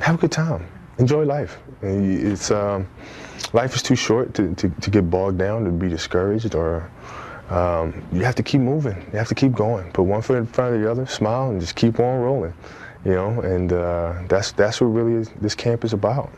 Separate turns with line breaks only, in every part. have a good time. Enjoy life. And you- It's um, life is too short to, to, to get bogged down, to be discouraged, or um, you have to keep moving. You have to keep going. Put one foot in front of the other, smile, and just keep on rolling. You know, and uh, that's that's what really is, this camp is about.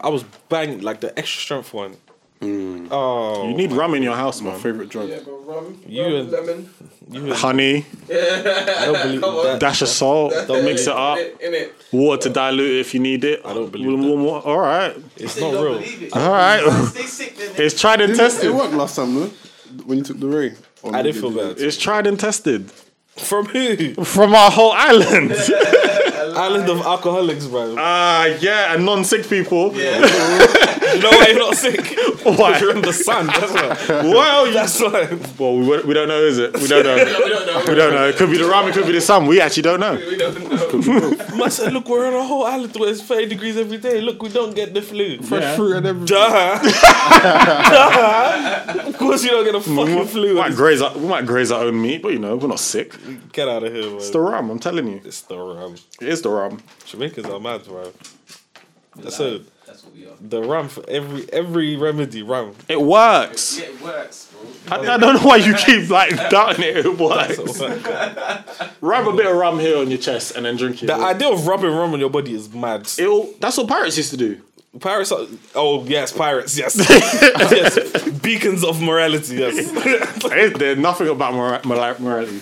I was banged like the extra strength one. Oh,
You need rum in your house, my favorite drug.
Rum,
You
rum,
and-
lemon.
you was,
Honey,
I don't believe
Come on.
that.
dash of salt,
Don't
mix it
believe
up.
In it.
Water to dilute it if you need it. I
don't believe
All right,
It's not real.
all right.
Stay sick then.
it's tried and
It
tested.
worked last time, no? When you took the ray.
I did feel bad.
It's tried and tested
From who?
from our whole island.
Island of alcoholics, bro.
Ah, yeah, and non-sick people.
you know why you're not sick?
Why?
You're in the sun. That's why.
Well, you,
That's why.
well, we, we don't know, is it? We don't know.
We don't know.
We don't know. It could be the rum. It could be the sun. We actually don't know.
We don't know.
Man said, look, we're on a whole island where it's 30 degrees every day. Look, we don't get the flu.
Fresh fruit and everything.
Duh. Duh. Of course you don't get a fucking
We
flu.
might graze our, we might graze our own meat, but you know we're not sick.
Get out of here, man.
It's the rum. I'm telling you,
It's the rum.
it is the rum.
Jamaicans are mad, bro. So
That's what we are.
the rum for every every remedy rum.
It works.
It works, bro.
I, I don't know why you keep like doubting it. It works.
the
Rub a bit of rum here on your chest and then drink it.
idea of rubbing rum on your body is mad.
It'll, that's what pirates used to do.
Pirates are, oh yes, pirates, yes. yes. Beacons of morality, yes.
It- There's nothing about mora- mora- morality.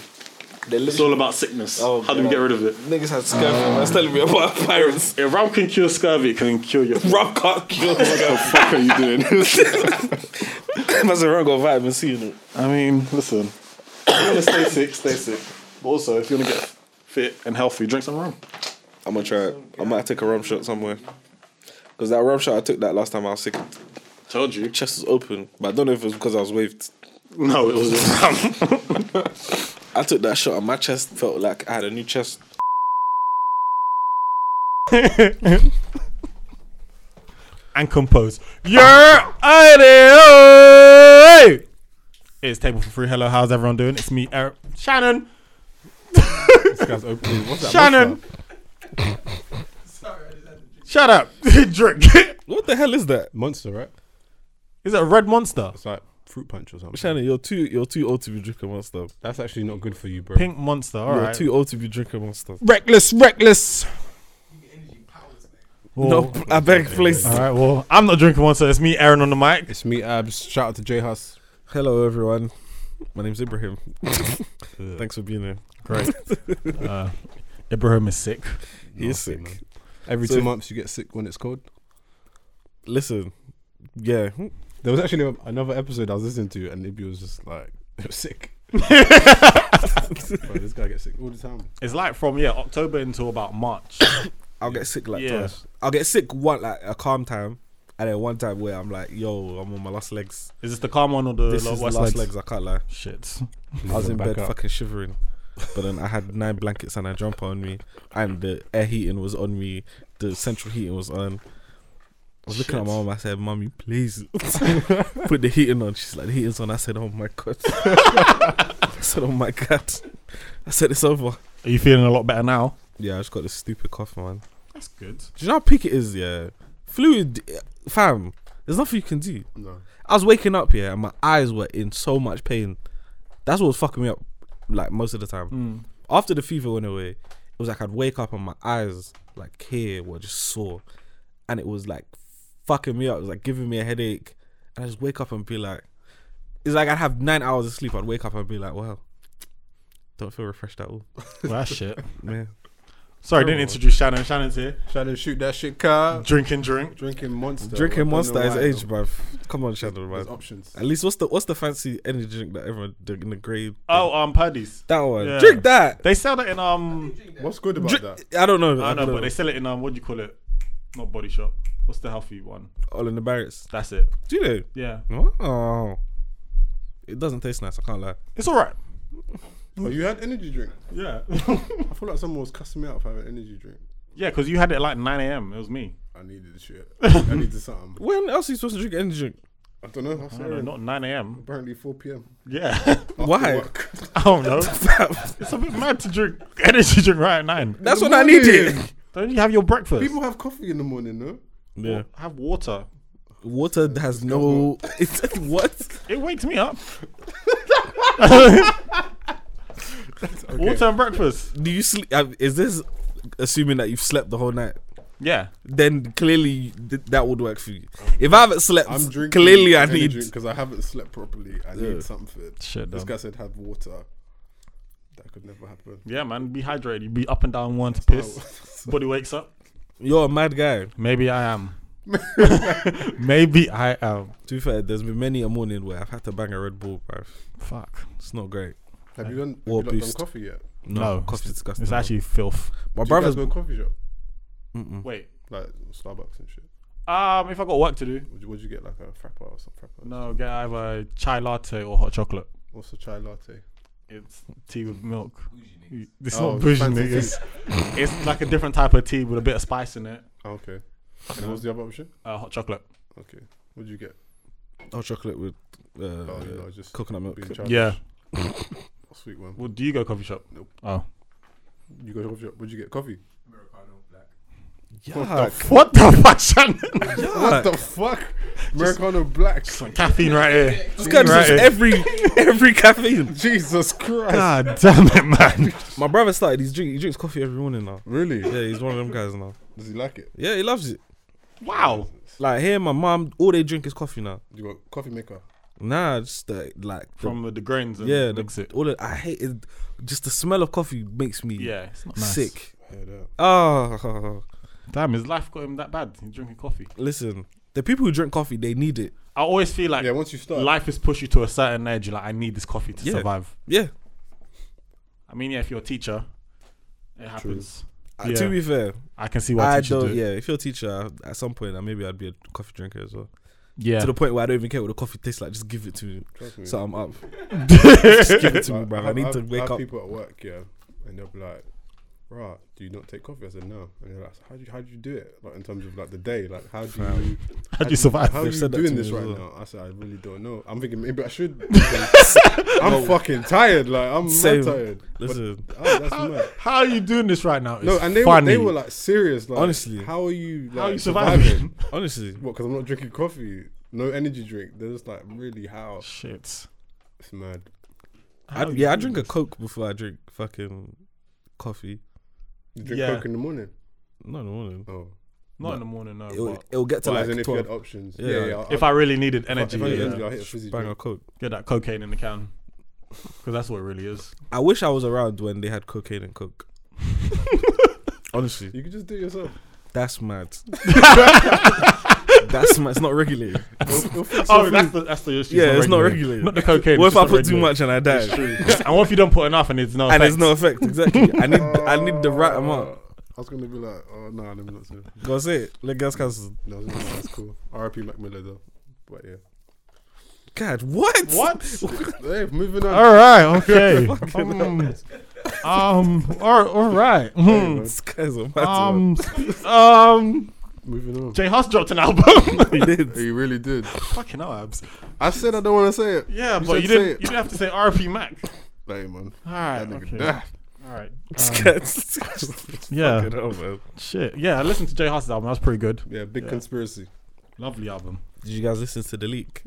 They're
It's all
literally
about sickness.
Oh,
How do we
God.
get rid of it?
niggas had scurvy. I was telling me about pirates.
If rum can cure scurvy, it can cure your. what
Rum can't kill
the
scurvy.
fuck are you doing?
Must have rum got vitamin C in it.
I mean, listen. If you want to stay sick, stay sick. But also, if you want to get fit and healthy, drink some rum.
I'm gonna try it. I might take a rum shot somewhere. Cause that rum shot I took that last time I was sick.
Told you.
Chest was open, but I don't know if it was because I was waved.
No, it was just rum.
I took that shot and my chest felt like I had a new chest.
and compose. Your idea. It's table for free. Hello, how's everyone doing? It's me, Eric. Shannon. this guy's opening. What's that?
Shannon.
Shut up. Drink.
What the hell is that?
Monster, right?
Is it a red monster?
It's like fruit punch or something.
Shannon, you're too you're too old to be drinking monster.
That's actually not good for you, bro.
Pink monster. All
You're
right.
too old to be drinking monster.
reckless, reckless.
No,
Well,
I beg, please.
All right. Well, I'm not drinking one, so it's me, Aaron, on the mic.
It's me, Abs. Shout out to J Hus.
Hello, everyone. My name's Ibrahim. Thanks for being here.
Great. Uh, Ibrahim is sick.
He is sick.
Every
So-
two months, you get sick when it's cold.
Listen, yeah,
There was actually a- another episode I was listening to, and Ibby was just like, it was sick. Bro, this guy gets sick all the time.
It's like from yeah October until about March.
I'll get sick like
Yeah.
twice. I'll get sick one like a calm time, and then one time where I'm like, yo, I'm on my last legs.
Is this the calm one or the
This
lo-
is the
west
last
legs?
legs. I can't lie.
Shit.
I was in
Back
bed
up.
fucking shivering. But then I had nine blankets and a jumper on me, and the air heating was on me, the central heating was on. I was looking at my mom. I said, "Mommy, please put the heating on." She's like, "The heating's on." I said, "Oh my god!" I said, "Oh my god!" I said, "It's over."
Are you feeling a lot better now?
Yeah, I just got this stupid cough, man.
That's good.
Do you know how peak it is? Yeah, fluid, fam. There's nothing you can do.
No.
I was waking up here and my eyes were in so much pain. That's what was fucking me up, like most of the time.
Mm.
After the fever went away, it was like I'd wake up and my eyes, like here, were just sore, and it was like fucking me up. It was like giving me a headache, and I just wake up and be like, it's like I'd have nine hours of sleep. I'd wake up and be like, wow, don't feel refreshed at all.
Well, that's shit.
Man,
Sorry, I didn't introduce Shannon. Shannon's here.
Shannon, shoot that shit, car.
Drinking drink.
Drinking monster.
drinking monster
is
is age, bruv. Come on, Shadow, man.
There's options.
At least what's the what's the fancy energy drink that everyone the, in the grade?
Oh, um, Paddy's.
that one.
yeah.
Drink that.
They sell that in um.
What's good about
Drink,
that?
I don't know.
I know, but they sell it in um. What do you call it? Not Body Shop. What's the healthy one?
all in the barracks.
That's it.
Do you
Yeah.
know? Oh, It doesn't taste nice. I can't lie.
It's all right.
Oh, you had energy drink?
Yeah.
I feel like someone was cussing me out for having energy drink.
yeah, because you had it at like 9 a.m. It was me.
I needed the shit. I needed something.
When else are you supposed to drink energy drink?
I don't know. I
I don't know, not 9 a.m.
Apparently 4 p.m.
Yeah.
Why?
I don't know. it's a bit mad to drink energy drink right at 9.
That's when I need it.
Don't you have your breakfast?
People have coffee in the morning, no?
Yeah.
have water.
Water has no. It's what?
It wakes me up. Water and breakfast.
Do you sleep? uh, Is this assuming that you've slept the whole night?
Yeah.
Then clearly th- that would work for you. If I haven't slept,
I'm drinking.
clearly I need.
because I haven't slept properly. I
Yeah.
need something.
Shit,
This
dog.
guy said have water. That could never happen.
Yeah, man. Be hydrated. You be up and down once, piss. Body wakes up.
You're a mad guy.
Maybe I am. Maybe I am.
To be fair, there's been many a morning where I've had to bang a Red Bull, bruv.
Fuck.
It's not great.
Have you done? Have
Or
you not done
boost.
coffee yet?
No,
No,
coffee's disgusting.
It's actually filth.
my
Do you
brother's.
guys go to a coffee shop
Mm-mm.
Wait.
like Starbucks and shit?
Um, if I got work to do,
Would you, would you get like a frappa or something? Frappa?
no, get either chai latte or hot chocolate.
What's a chai latte?
It's tea with milk. It's
Oh,
not bougie,
fancy
niggas. It's like a different type of tea with a bit of spice in it.
Oh, okay. And what's the other option?
Uh, hot chocolate.
Okay. Would you get?
hot Oh, chocolate with uh,
Oh, you know, just
coconut milk.
being childish.
Yeah.
Sweet one.
Well, do you go coffee shop?
Nope.
Oh.
You go to a coffee shop. Would you get coffee?
Americano black.
Yeah,
What the fuck, Shannon?
What the fuck? Americano black.
Some caffeine right here.
this guy
Right.
drinks every every caffeine.
Jesus Christ.
God damn it, man.
My brother started. He's drink. He drinks coffee every morning now.
Really?
Yeah, he's one of them guys now.
Does he like it?
Yeah, he loves it.
Wow.
Like here, my mom, all they drink is coffee now.
You got coffee maker.
Nah, just the, like the-
From the, the grains and
yeah,
mix
the,
it.
all the, I hate it. Just the smell of coffee makes me
Yeah, it's not nice.
sick.
Heard that.
Oh,
Damn, his life got him that bad. He's drinking coffee.
listen, the people who drink coffee, they need it.
I always feel like
Yeah. Once you start,
life has pushed you to a certain edge. Like, I need this coffee to
Yeah.
survive.
Yeah.
I mean, yeah, if you're a teacher, it happens.
Uh,
Yeah.
to be fair,
I can see why
I
teachers do
don't.
it.
yeah, if you're a teacher, at some point, uh, maybe I'd be a coffee drinker as well.
Yeah.
To the point where I don't even care what the coffee tastes like. Just give it to me.
trust me.
So I'm up. just give it to me, bruv. I
have-
need to
have-
wake
have
up.
people at work, yeah, and they'll be like, "Right, do you not take coffee?" I said, "No." And they're like, "How do you, how do you do it? Like in terms of like the day, like how do you
How do you survive?
how are
They've
you
said that to
doing
me
this
as
right
well.
now?" I said, "I really don't know. I'm thinking maybe I should. I'm fucking tired. Like I'm
Same.
mad tired.
Listen,
Oh, that's mad.
How are you doing this right now? It's
No, and they were,
funny.
they were like serious. Like
Honestly.
how are you? Like,
how are you surviving?
honestly,
What? Because I'm not drinking coffee. No energy drink. They're just like, really? How?
Shit.
It's mad.
I, yeah, I drink a Coke before I drink fucking coffee.
You drink
Yeah.
coke in the morning.
Not in the morning.
Oh,
Not in the morning, no.
It'll,
but
it'll get to
well,
like
as in if you
12.
had options.
Yeah,
Yeah, yeah.
like-
I'll-
if I really needed
If I-
energy,
if I need
yeah.
energy, I'll hit a fizzy
bang a
drink.
Coke.
get that cocaine in the can. Because that's what it really is.
I wish I was around when they had cocaine and coke. Honestly,
You can just do it yourself.
that's mad. that's mad. It's not regulated.
Oh, that's the, that's the issue.
Yeah, it's not
regulated.
regulated.
Not the cocaine.
What
it's
if I
just
put
not
too much and I die?
regulated. and what if you don't put enough and it's no
And
effect?
there's no effect. Exactly. I need I need the right amount.
I was gonna be like, oh no, nah, let me not say.
Go say it. Let gas cancel.
No, no, that's cool. R.I.P. Mac Miller though. But yeah.
God, what?
What?
Hey, moving on.
all right, okay. um, um, all, all right. Hmm.
This guy's a mad one.
Um, um,
Moving on.
Jay Huss dropped an album.
He did.
He really did.
Fucking hell, abs.
I said I don't want to say it.
Yeah, but
You said
you
say
didn't.
it.
You didn't have to say RP Mac.
Hey man,
All right,
that nigga
okay.
daft.
All right.
This
Um,
guy's-
yeah.
Fucking hell, man.
Shit. Yeah, I listened to Jay Huss's album. That was pretty good.
Yeah, big
Yeah.
conspiracy.
Lovely album.
Did you guys listen to the leak?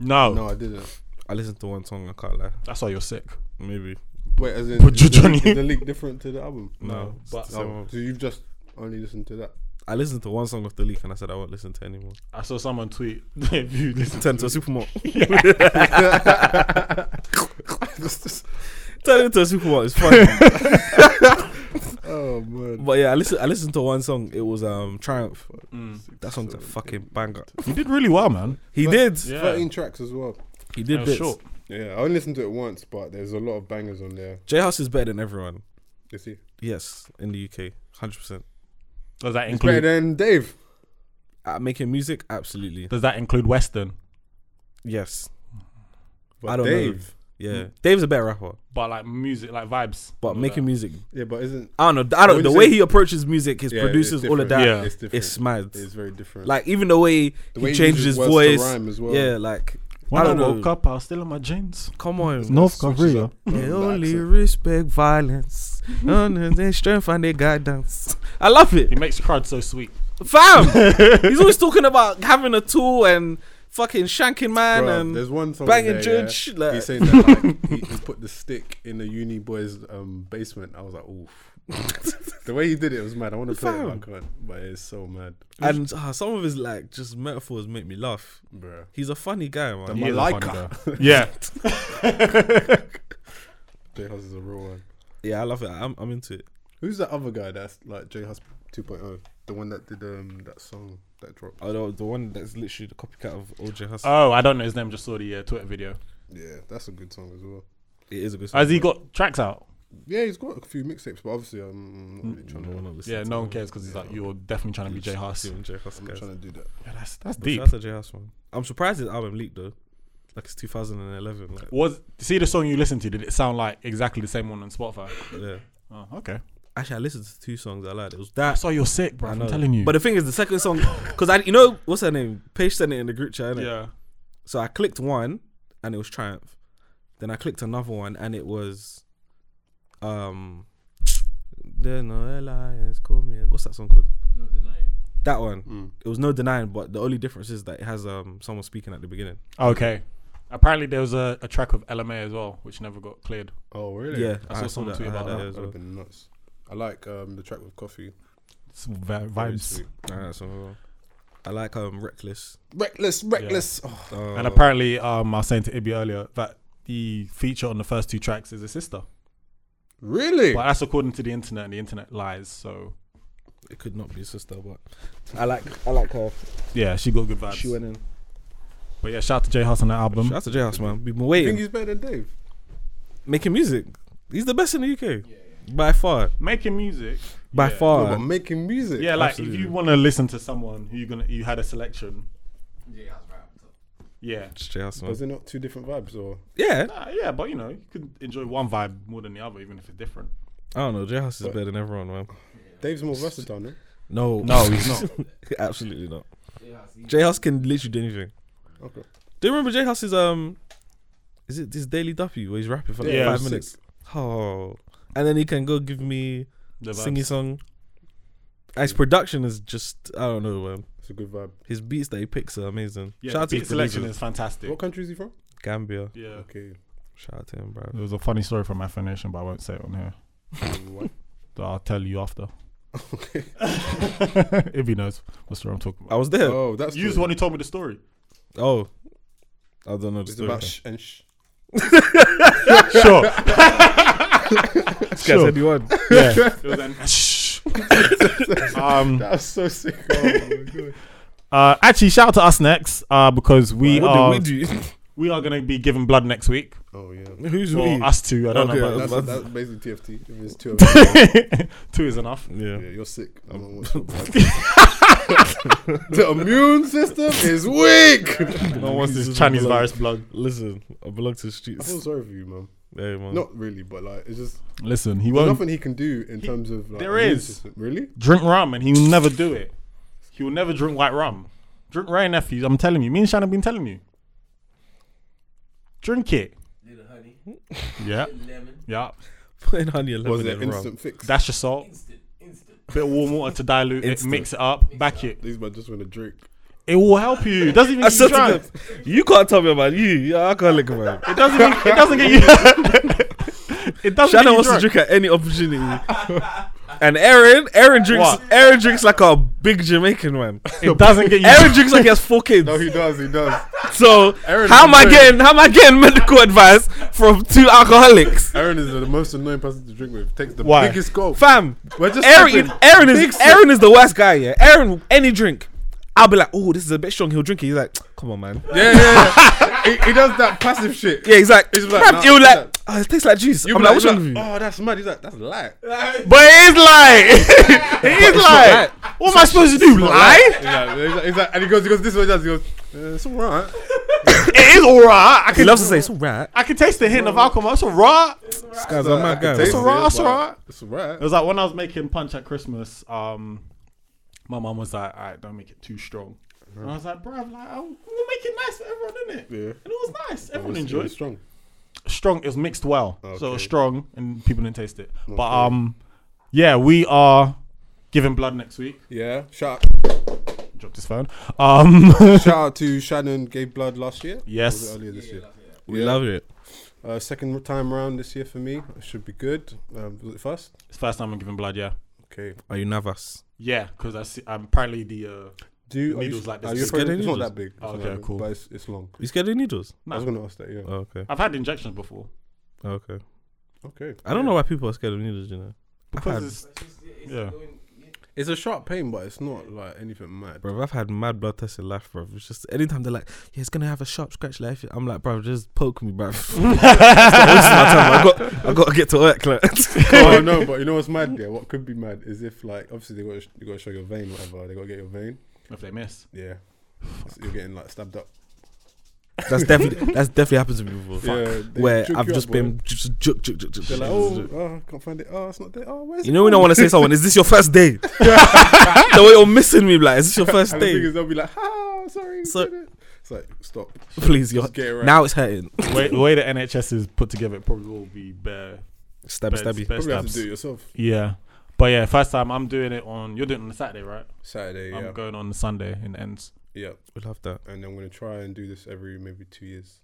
No,
No, I didn't.
I listened to one song. I can't lie.
that's why you're sick.
Maybe.
Wait, as in
But
is the,
Johnny-
leak, is the leak different to the album?
No. um,
No, but-
It's the same
Oh,
one.
so you've just only listened to that.
I listened to one song of the leak and I said I won't listen to anymore.
I saw someone tweet. if you listen
Turn to a supermarket.
That's just-
Turn into a supermarket. It's funny.
oh man.
but yeah, I listened. I listened to one song. It was um Triumph.
Mm.
That song's a fucking banger.
You did really well, man.
He
But-
did.
Yeah.
Thirteen tracks as well.
He
It
did
was
bits.
short.
Yeah, I only listened to it once, but there's a lot of bangers on there.
J House is better than everyone.
You see,
Yes, in the UK, hundred percent.
Does that
it's better
include?
than Dave.
At making music, Uh, absolutely.
Does that include Western?
Yes. I don't
Dave.
know. Yeah, Mm. Dave's a better rapper,
But like music, like vibes.
but making music,
Yeah, but isn't
I don't know. I don't.
When
The
you
way
say-
he approaches music, his
yeah,
producers,
it's
all of
different.
that,
Yeah.
It's different.
it's mad.
It's very different.
like even the way,
The
he
way he
changes
uses
his
words to
voice,
rhyme as well.
yeah, like
When
I
I,
don't know.
woke up, I was still in my jeans.
come on,
North
switches
Korea.
up.
They
the
only
accent.
respect violence, honor their strength and their guidance. I love
He
it,
makes the crowd so sweet.
fam. He's always talking about having a tool and fucking shanking man
Bruh,
and
there's one song
banging
there,
judge,
yeah,
like-
he's saying that like, he, he put the stick in the uni boy's um, basement. I was like, oof. the way he did it was mad. I want to play it, but I
Fam.
can't. But it's so mad,
and uh, some of his like just metaphors make me laugh.
bro.
He's a funny guy, man.
He is a
Malika.
funny guy. yeah.
J Hus is a real one.
Yeah, I love it. I'm, I'm into it.
Who's that other guy that's like J Hus 2.0? oh? The one that did um that song that dropped.
Oh, the, the one that's literally the copycat of OJ Hustle.
Oh, I don't know his name. Just saw the uh, Twitter video.
Yeah, that's a good song as well.
it is a good.
Has he
song,
got tracks out?
Yeah, he's got a few mixtapes, but obviously um, I'm not really
but
trying to.
I'm not listening
Yeah,
to
no one
it.
cares because he's like, you're definitely trying to be J Huss.
Yeah, J Hus
I'm not
guys.
trying to do that.
Yeah, that's that's
But
deep.
Shout out to J Hus, man. I'm surprised his album leaked though. Like it's 2011. Like,
Was see the song you listened to? Did it sound like exactly the same one on Spotify?
yeah.
Oh, okay.
Actually, I listened to two songs I liked. It was
I
that.
saw you're sick, bro.
I
I'm
know.
telling you.
But the thing is, the second song, because I, you know, what's her name? Paige sent it in the group chat. innit?
yeah,
So I clicked one, and it was Triumph. Then I clicked another one, and it was, um, there's no alliance. Call me. What's that song called?
No denying.
That one. It was no denying, but the only difference is that it has um someone speaking at the beginning.
okay. Apparently there was a, a track of LMA as well, which never got cleared.
Oh really?
Yeah,
I saw someone tweet
I heard
about that.
as
That would
well.
have been nuts. I like um, the track with Coffee.
It's vi-
Very
vibes.
sweet.
I heard something wrong. I like um reckless.
Reckless, reckless. Oh,
Um,
And apparently, um, I was saying to Ibby earlier that the feature on the first two tracks is a sister,
really?
but that's according to the internet. and The internet lies. So
it could not be his sister, but I like I like her.
yeah, she got good vibes.
She went in.
But yeah, shout out to J Huss on that album.
Shout out to J House man. We've been
You think
waiting,
he's better than Dave?
making music. He's the best in the UK by far,
Making music.
by
Yeah.
No,
far.
but making music.
Yeah, like
Absolutely.
if you want to listen to someone who you gonna you had a selection.
Yeah, that's right. So,
Yeah.
It's J House man.
Was it not two different vibes or?
Yeah,
Nah, yeah, but you know, you could enjoy one vibe more than the other, even if it's different.
I don't know. J House is better than everyone, man.
Dave's more versatile, no?
No, no, he's not. Absolutely not.
yeah, I see.
J House can literally do anything.
Okay.
Do you remember J House's um? Is it this Daily Duffy where he's rapping for like
Yeah,
five
sick.
minutes? Oh, and then he can go give me
The
singy
vibes.
song. His production is just I don't know. Um,
It's a good vibe.
his beats that he picks are amazing. Shout
Yeah, the
out to
beat
his
selection
producer,
is fantastic.
What country is he from?
Gambia.
Yeah.
Okay.
Shout out to him, bro.
There was a funny story from my foundation, but I won't say it on here.
What?
That I'll tell you after. Okay. if he knows what story I'm talking
I
about.
was there.
oh, that's
You the
the-
one who told me the story.
Oh, I don't know the
It's
story.
about sh and sh.
Sure.
Guys,
sure.
anyone?
Yeah. It was an shh. um,
That's so sick. Oh my god.
uh, actually, shout out to us next uh, because we
What
are
did we do?
we are going to be giving blood next week.
Oh yeah.
Who's
Or
we?
us two. I don't
Okay,
know. About
That's,
about-
that's basically TFT. If it's two of us,
two is enough.
Yeah.
yeah, you're sick. I'm on what's the immune system is weak.
No one wants this
Jesus,
Chinese
blood.
virus blood.
Listen, I belong to the
I feel
streets.
sorry for you, man.
Hey, man.
Not really, but like it's just
Listen, he
there's
won't
nothing he can do in terms of like
there
immune
is.
system. really.
drink rum and he will never do it. He will never drink white rum. Drink rye nephews. I'm telling you. Me and Shannon been telling you. Drink it.
Little honey,
Yeah.
lemon,
Yeah.
Putting honey and
Was
lemon
it
in rum.
instant fix?
Dash your salt.
instant, instant.
Bit of warm water to dilute it.
Instant.
Mix it up. Back it.
These man just want to drink.
It will help you. It doesn't even
I
get
said
you
to
drunk.
them, you can't tell me about you. Yeah, I can't look about
It doesn't. Even, it doesn't get you. it
Shannon
doesn't. get you
wants to
drunk.
drink at any opportunity. and Aaron, Aaron drinks.
What?
Aaron drinks like a big Jamaican man.
It doesn't get you.
Aaron drinks like he has four kids.
No, he does. He does.
so
Aaron
how
is
am I
annoying.
getting how am I getting medical advice from two alcoholics?
Aaron is the most annoying person to drink with. Takes the
Why?
biggest gulp.
Fam,
We're just
Aaron,
sipping.
Aaron
Big
is
sip.
Aaron is the worst guy. Yeah, Aaron, any drink, I'll be like, oh, this is a bit strong. He'll drink it. He's like, come on, man.
Yeah, yeah. yeah. he, he does that passive shit.
Yeah, he's like,
He's like,
"Bruv,"
nah,
he'll
he's
like,
like-
"Oh, it tastes like juice.
You
I'm
be
like, what's
you
wrong
be
with you?
Oh, that's mad. He's like, that's a lie.
But it is like it is
not
like. What am I supposed to do? Lie?
He's like, he's like, and he goes, he goes, this way, he does. He goes, uh, it's all right.
it is all right. I
He
can,
loves to say it's all right.
I can taste the hint of alcohol. It's all right.
This guy's a mad guy.
It's all right. It's all right.
It's right.
It was like when I was making punch at Christmas. Um, my mum was like, "All right, don't make it too strong." And I was like, "Bruv, like, oh, I'll, we'll make it nice for everyone, innit?"
Yeah.
And it was nice. Everyone
It's-
enjoyed.
it's strong.
strong. It was mixed well, so it was
Okay.
strong, and people didn't taste it. But um, yeah, we are giving blood next week.
Yeah. Shout
Drop this phone. Um,
shout out to Shannon gave blood last year. Or was
yes,
it earlier this year.
We
Yeah.
love it.
Uh, second time round this year for me. It should be good. Um, was it first?
it's first time I'm giving blood. Yeah,
Okay.
Are you nervous?
yeah, because I see. I'm apparently the uh,
Do you,
The
are you
needle's like this.
are you
It's
afraid-
getting
It's not
needles.
that big. It's
Oh,
not
okay,
that big,
cool.
But it's, it's long.
You scared of needles?
I was gonna ask that. Yeah.
Oh, okay. Oh,
I've had injections before
Okay.
Oh.
okay.
I don't know why people are scared of needles, you know. I've had,
because it's, yeah.
Yeah.
It's a sharp pain, but it's not like anything mad.
bro, I've had mad blood tests in life, bro. It's just anytime they're like, yeah, it's gonna have a sharp scratch life. I'm like, bro, just poke me, bro. It's not wasting my time. I got, I got to get to work, like.
oh no, but you know what's mad? Yeah, what could be mad is if like obviously they got you got to show your vein, whatever. They got to get your vein.
if they miss.
Yeah. You're getting like stabbed up.
that's definitely, that's definitely happened to me before.
Yeah, they
where
juke
I've
you
just
up,
been
boy.
just juk, juk, juk, juk,
They're like,
juk,
oh,
juk.
oh, I can't find it. Oh, it's not there. Oh, where's
You know, we don't want to say to someone, is this your first day? the way you're missing me, like, is this your first
And the thing
day?
is, they'll be like, oh, sorry. we
So-
did it." it's like, stop.
Please, you're,
Just get it right.
now it's hurting.
Wait, the way the NHS is put together, it probably will be bare,
Stabby,
bare,
stabby.
bare
Probably have to
stabs.
do it yourself.
Yeah, but yeah, first time I'm doing it on. You're doing it on the Saturday, right?
Saturday, yeah.
I'm going on the Sunday and ends.
yeah.
We love that.
And I'm going to try and do this every maybe two years.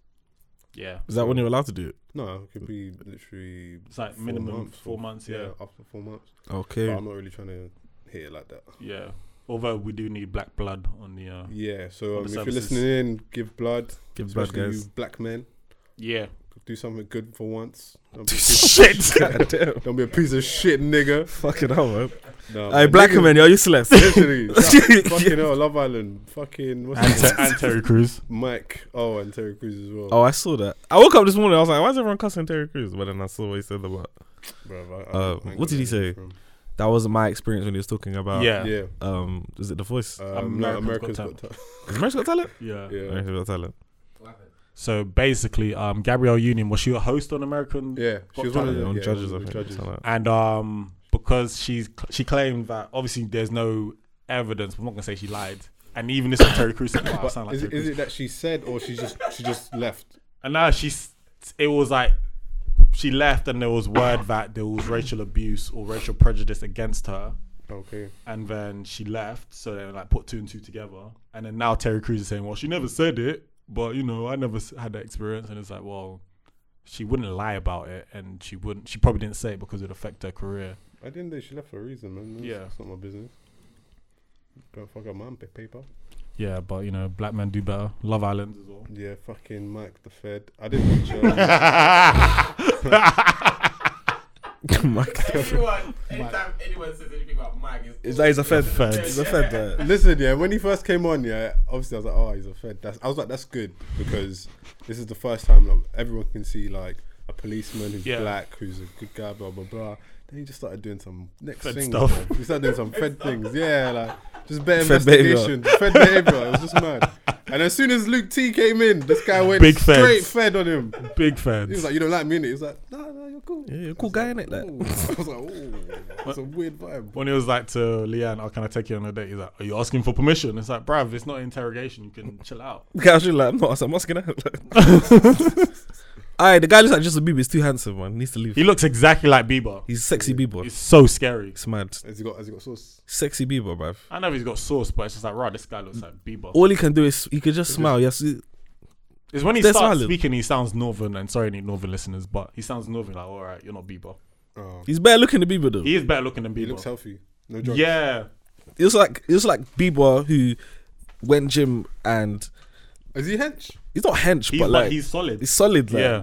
Yeah,
Is that when you're allowed to do it?
No, it could be literally
it's like
four
minimum
months
four
or-
months. yeah.
up to four months. But
Okay.
I'm not really trying to hit it like that.
Yeah. Although we do need black blood on the. Uh,
Yeah, so um,
the
if you're
services.
listening in, give blood.
Give blood,
especially
guys.
you black men.
yeah.
Do something good for once. Don't be, a piece-
Shit. God damn.
don't be a piece of shit, nigga.
Fucking hell, man.
No,
Hey,
but
black
niggas-
man, you're useless.
Literally. Shout- fucking hell, Love Island. Fucking, what's his name?
and Terry Crews.
Mike. Oh, and Terry Crews as well.
oh, I saw that. I woke up this morning. I was like, why is everyone cussing Terry Crews? But then I saw what he said about
Bruv, I- I-
Uh,
I ain't
what
got
did he
nothing
say?
from-
that was my experience when he was talking about
Yeah.
Yeah.
um is it the voice?
Um,
America's
no, America's
Got
Got Talent.
Is America's Got Talent?
Yeah.
Yeah.
America's Got Talent.
So basically, um, Gabrielle Union was she a host on American?
Yeah. She was one of
Talent,
the
on
yeah,
judges, I
one of
think.
the judges.
something like that.
And um, because she's she claimed that obviously there's no evidence. I'm not gonna say she lied. And even this Terry Crews said, wow, I sound like
Is
Terry
it, is
Crews.
it that she said or she just she just left?
And now she's it was like she left, and there was word that there was racial abuse or racial prejudice against her.
Okay.
and then she left. So they like put two and two together, and then now Terry Crews is saying, "Well, she never said it, but you know, I never s- had that experience." And it's like, well, she wouldn't lie about it, and she wouldn't. She probably didn't say it because it would affect her career.
I didn't know she left for a reason, man. That's,
Yeah.
It's not my business. Don't fuck up my pa- paper.
Yeah, but you know, black men do better. Love Island as well.
Yeah, fucking Mike the Fed. I didn't watch um,
Everyone, anytime anyone says anything about Mike, it's
Is that he's a fed?
Fed.
He's a fed. uh,
Listen, yeah, when he first came on, yeah, obviously I was like, oh, he's a Fed. That's, I was like, that's good because this is the first time like, everyone can see like a policeman who's
Yeah.
black, who's a good guy, blah blah blah. Then he just started doing some next
Fed
things.
stuff.
bro. He started doing some Fed things. Yeah, like just better
Fed behavior.
investigation, Fed behavior. It was just mad. And as soon as Luke T came in, this guy went
Big
straight
feds.
Fed on him.
Big
He was
fans.
like, you don't like me, innit? He was like, nah, nah, you're cool.
Yeah, you're a cool guy, innit? Like,
Ooh. I was like, oh, that's a weird vibe.
When he was like to Leanne, oh, can I take you on a date? He's like, are you asking for permission? It's like, bruv, it's not interrogation. You can chill out.
Guys, like, I'm not. I'm asking out. Alright, the guy looks like Justin Bieber. He's too handsome, man. He needs to leave.
He looks exactly like Bieber.
He's sexy Bieber.
It's so scary.
It's mad.
Has he got? Has he got sauce?
Sexy Bieber, bruv.
I know he's got sauce, but it's just like, right, this guy looks like Bieber.
All he can do is he could just smile. Yes, he-
It's when he
They're
starts
silent.
speaking, he sounds northern. And sorry, any northern listeners, but he sounds northern. Like, all right, you're not Bieber.
Oh,
he's better looking than Bieber though.
He is better looking than Bieber.
he looks healthy. No drugs.
yeah,
It was like it was like Bieber who went gym and
Is he hench?
he's not hench,
he's
but
like,
like
he's solid.
he's solid. Like,
yeah,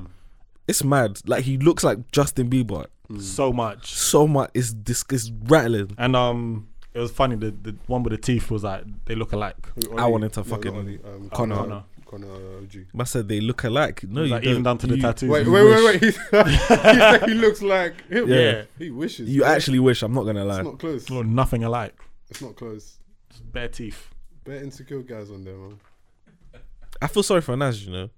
it's mad. Like he looks like Justin Bieber
so much.
so much. It's this it's rattling.
And um, it was funny. The the one with the teeth was like they look alike.
I wanted to fucking-
um,
Connor.
Connor. Connor OG.
Man said they look alike. No, you
like
don't.
even down to the
you,
tattoos.
Wait, wait,
You
wait,
wish.
wait. He, said he looks like him.
Yeah.
Yeah.
He wishes.
You actually wish. I'm not gonna
It's
lie.
not close.
Look, nothing alike.
It's not close.
Just bare teeth.
Bare insecure guys on there, man.
I feel sorry for Nas, you know.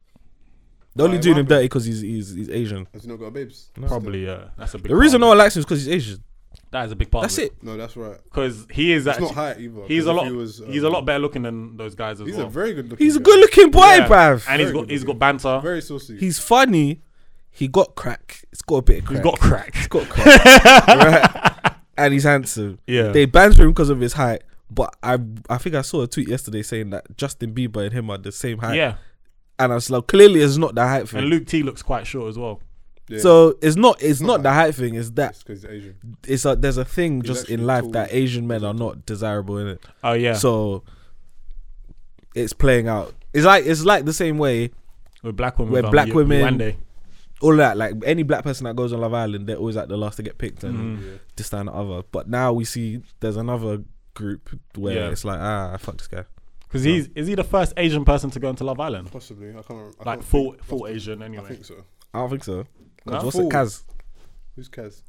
They're only
Why,
doing
what
him dirty because he's, he's he's Asian.
Has he not got a babes?
Probably, yeah. That's a big.
The reason no
part
one likes him is because he's Asian.
of it. that is a big part.
That's it.
No, that's right.
Because he is
It's
actually
not high either.
he's
'cause
a
if
lot.
he was,
he's a
um,
lot better looking than those guys as
He's
well.
a very good looking.
He's a
guy.
good looking boy,
Yeah.
bruv.
and he's
Very
got
good
he's got banter.
Very saucy.
he's funny. He got crack. It's got a bit of crack.
he's got crack.
He's got crack. right? And he's handsome.
Yeah.
They banned him because of his height. But I I think I saw a tweet yesterday saying that Justin Bieber and him are the same height.
yeah.
And I was like, clearly it's not the height
And
thing.
Luke T looks quite short as well.
Yeah.
So it's not it's not the height thing, it's that
because he's Asian.
it's a there's a thing just in
actually
life
tall.
that Asian men are not desirable in it.
Oh yeah.
So it's playing out. It's like it's like the same way
with black women.
where
fam,
black
you-
women-
Rwanda.
all that like any black person that goes on Love Island, they're always like the last to get picked
Mm.
and this that, and the other. But now we see there's another group where
Yeah.
it's like ah fuck this guy.
Because he's is he the first Asian person to go into Love Island?
Possibly. I can't remember. I
Like
can't
full
think.
full Asian anyway.
I think so.
I don't think so. 'Cause
No?
what's it?
Fool.
Kaz.
Who's Kaz?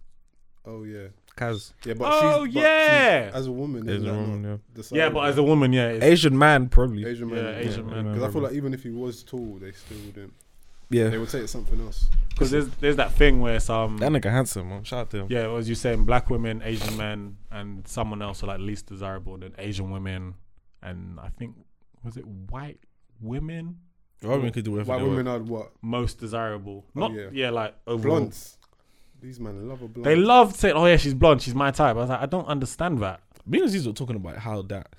Oh, yeah.
Kaz.
Yeah, but
Oh,
she's, but
yeah!
she's- as a woman,
Asian
isn't that
woman,
not
yeah.
decided?
Yeah, but as a woman, yeah, it's,
Asian man probably.
Asian man,
yeah, Asian man.
Because I feel like even if he was tall, they still wouldn't. They
Yeah.
would take something else.
Because there's there's that thing where some
That nigga handsome, man. Shout out to him.
yeah, as you saying, black women, Asian men, and someone else are like least desirable than Asian women, and I think was it white women
White women could do whatever
White
they
women
want.
are what?
most desirable. Not yeah.
Oh, yeah.
like overall.
Blondes. These men love a blonde.
They love saying, "Oh yeah, she's blonde, she's my type." I was like, I don't understand that.
Me and Aziz were talking about how that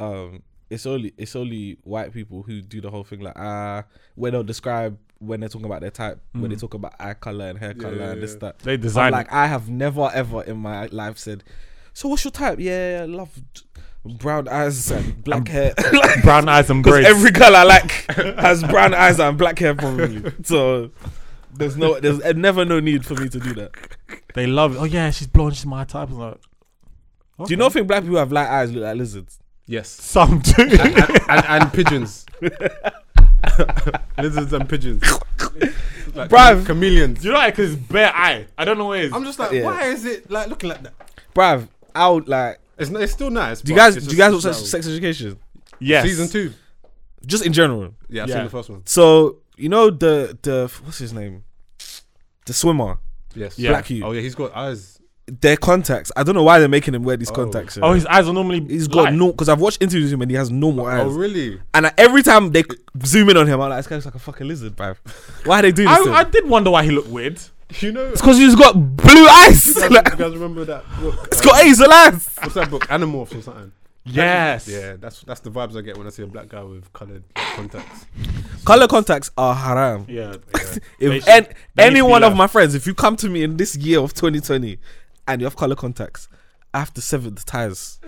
um it's only it's only white people who do the whole thing like ah where they'll describe when they're talking about their type, when they talk about eye colour and hair colour and this that.
They
I'm
design
like I have never ever in my life said, so what's your type? Yeah, I love brown eyes and black hair. Like,
brown eyes and
'cause
braids.
every girl I like has brown eyes and black hair probably. So there's no there's never no need for me to do that.
they love. Oh yeah, she's blonde, she's my type. I was like,
Do you not think black people who have light eyes look like lizards?
Yes.
some do.
and, and pigeons. Lizards and pigeons. Like
Bruv.
Chameleons.
you know, like his bare eye. I don't know what it is.
I'm just like,
Yeah.
why is it like looking like that?
Bruv, I would like
It's, n- it's still nice.
Do you
but
guys
it's
do
just-
you guys watch
it's
sex,
not-
sex education?
yes.
Season two.
Just in general.
Yeah, I've
Yeah.
seen the first one.
So you know the the what's his name? The swimmer,
Yes.
Yeah.
Black Hugh.
Oh yeah, he's got eyes.
Their contacts. I don't know why they're making him wear these contacts.
Oh,
yeah.
his eyes are normally.
he's got
light.
no because I've watched interviews with him and he has normal eyes.
Oh really?
And I, every time they zoom in on him, I'm like, this guy looks like a fucking lizard, bruv. Why are they doing this? to him?
I, I did wonder why he looked weird.
You know,
it's because he's got blue eyes.
you
Like,
guys remember that book?
he's
uh,
got hazel eyes.
what's that book? Animorphs or something?
Yes.
Yeah, that's that's the vibes I get when I see a black guy with coloured contacts.
Color contacts are haram.
Yeah. They
If
should-
an,
they need
any
to be
one of
left.
my friends, if you come to me in this year of 2020 and you have color contacts, I have to sever the ties.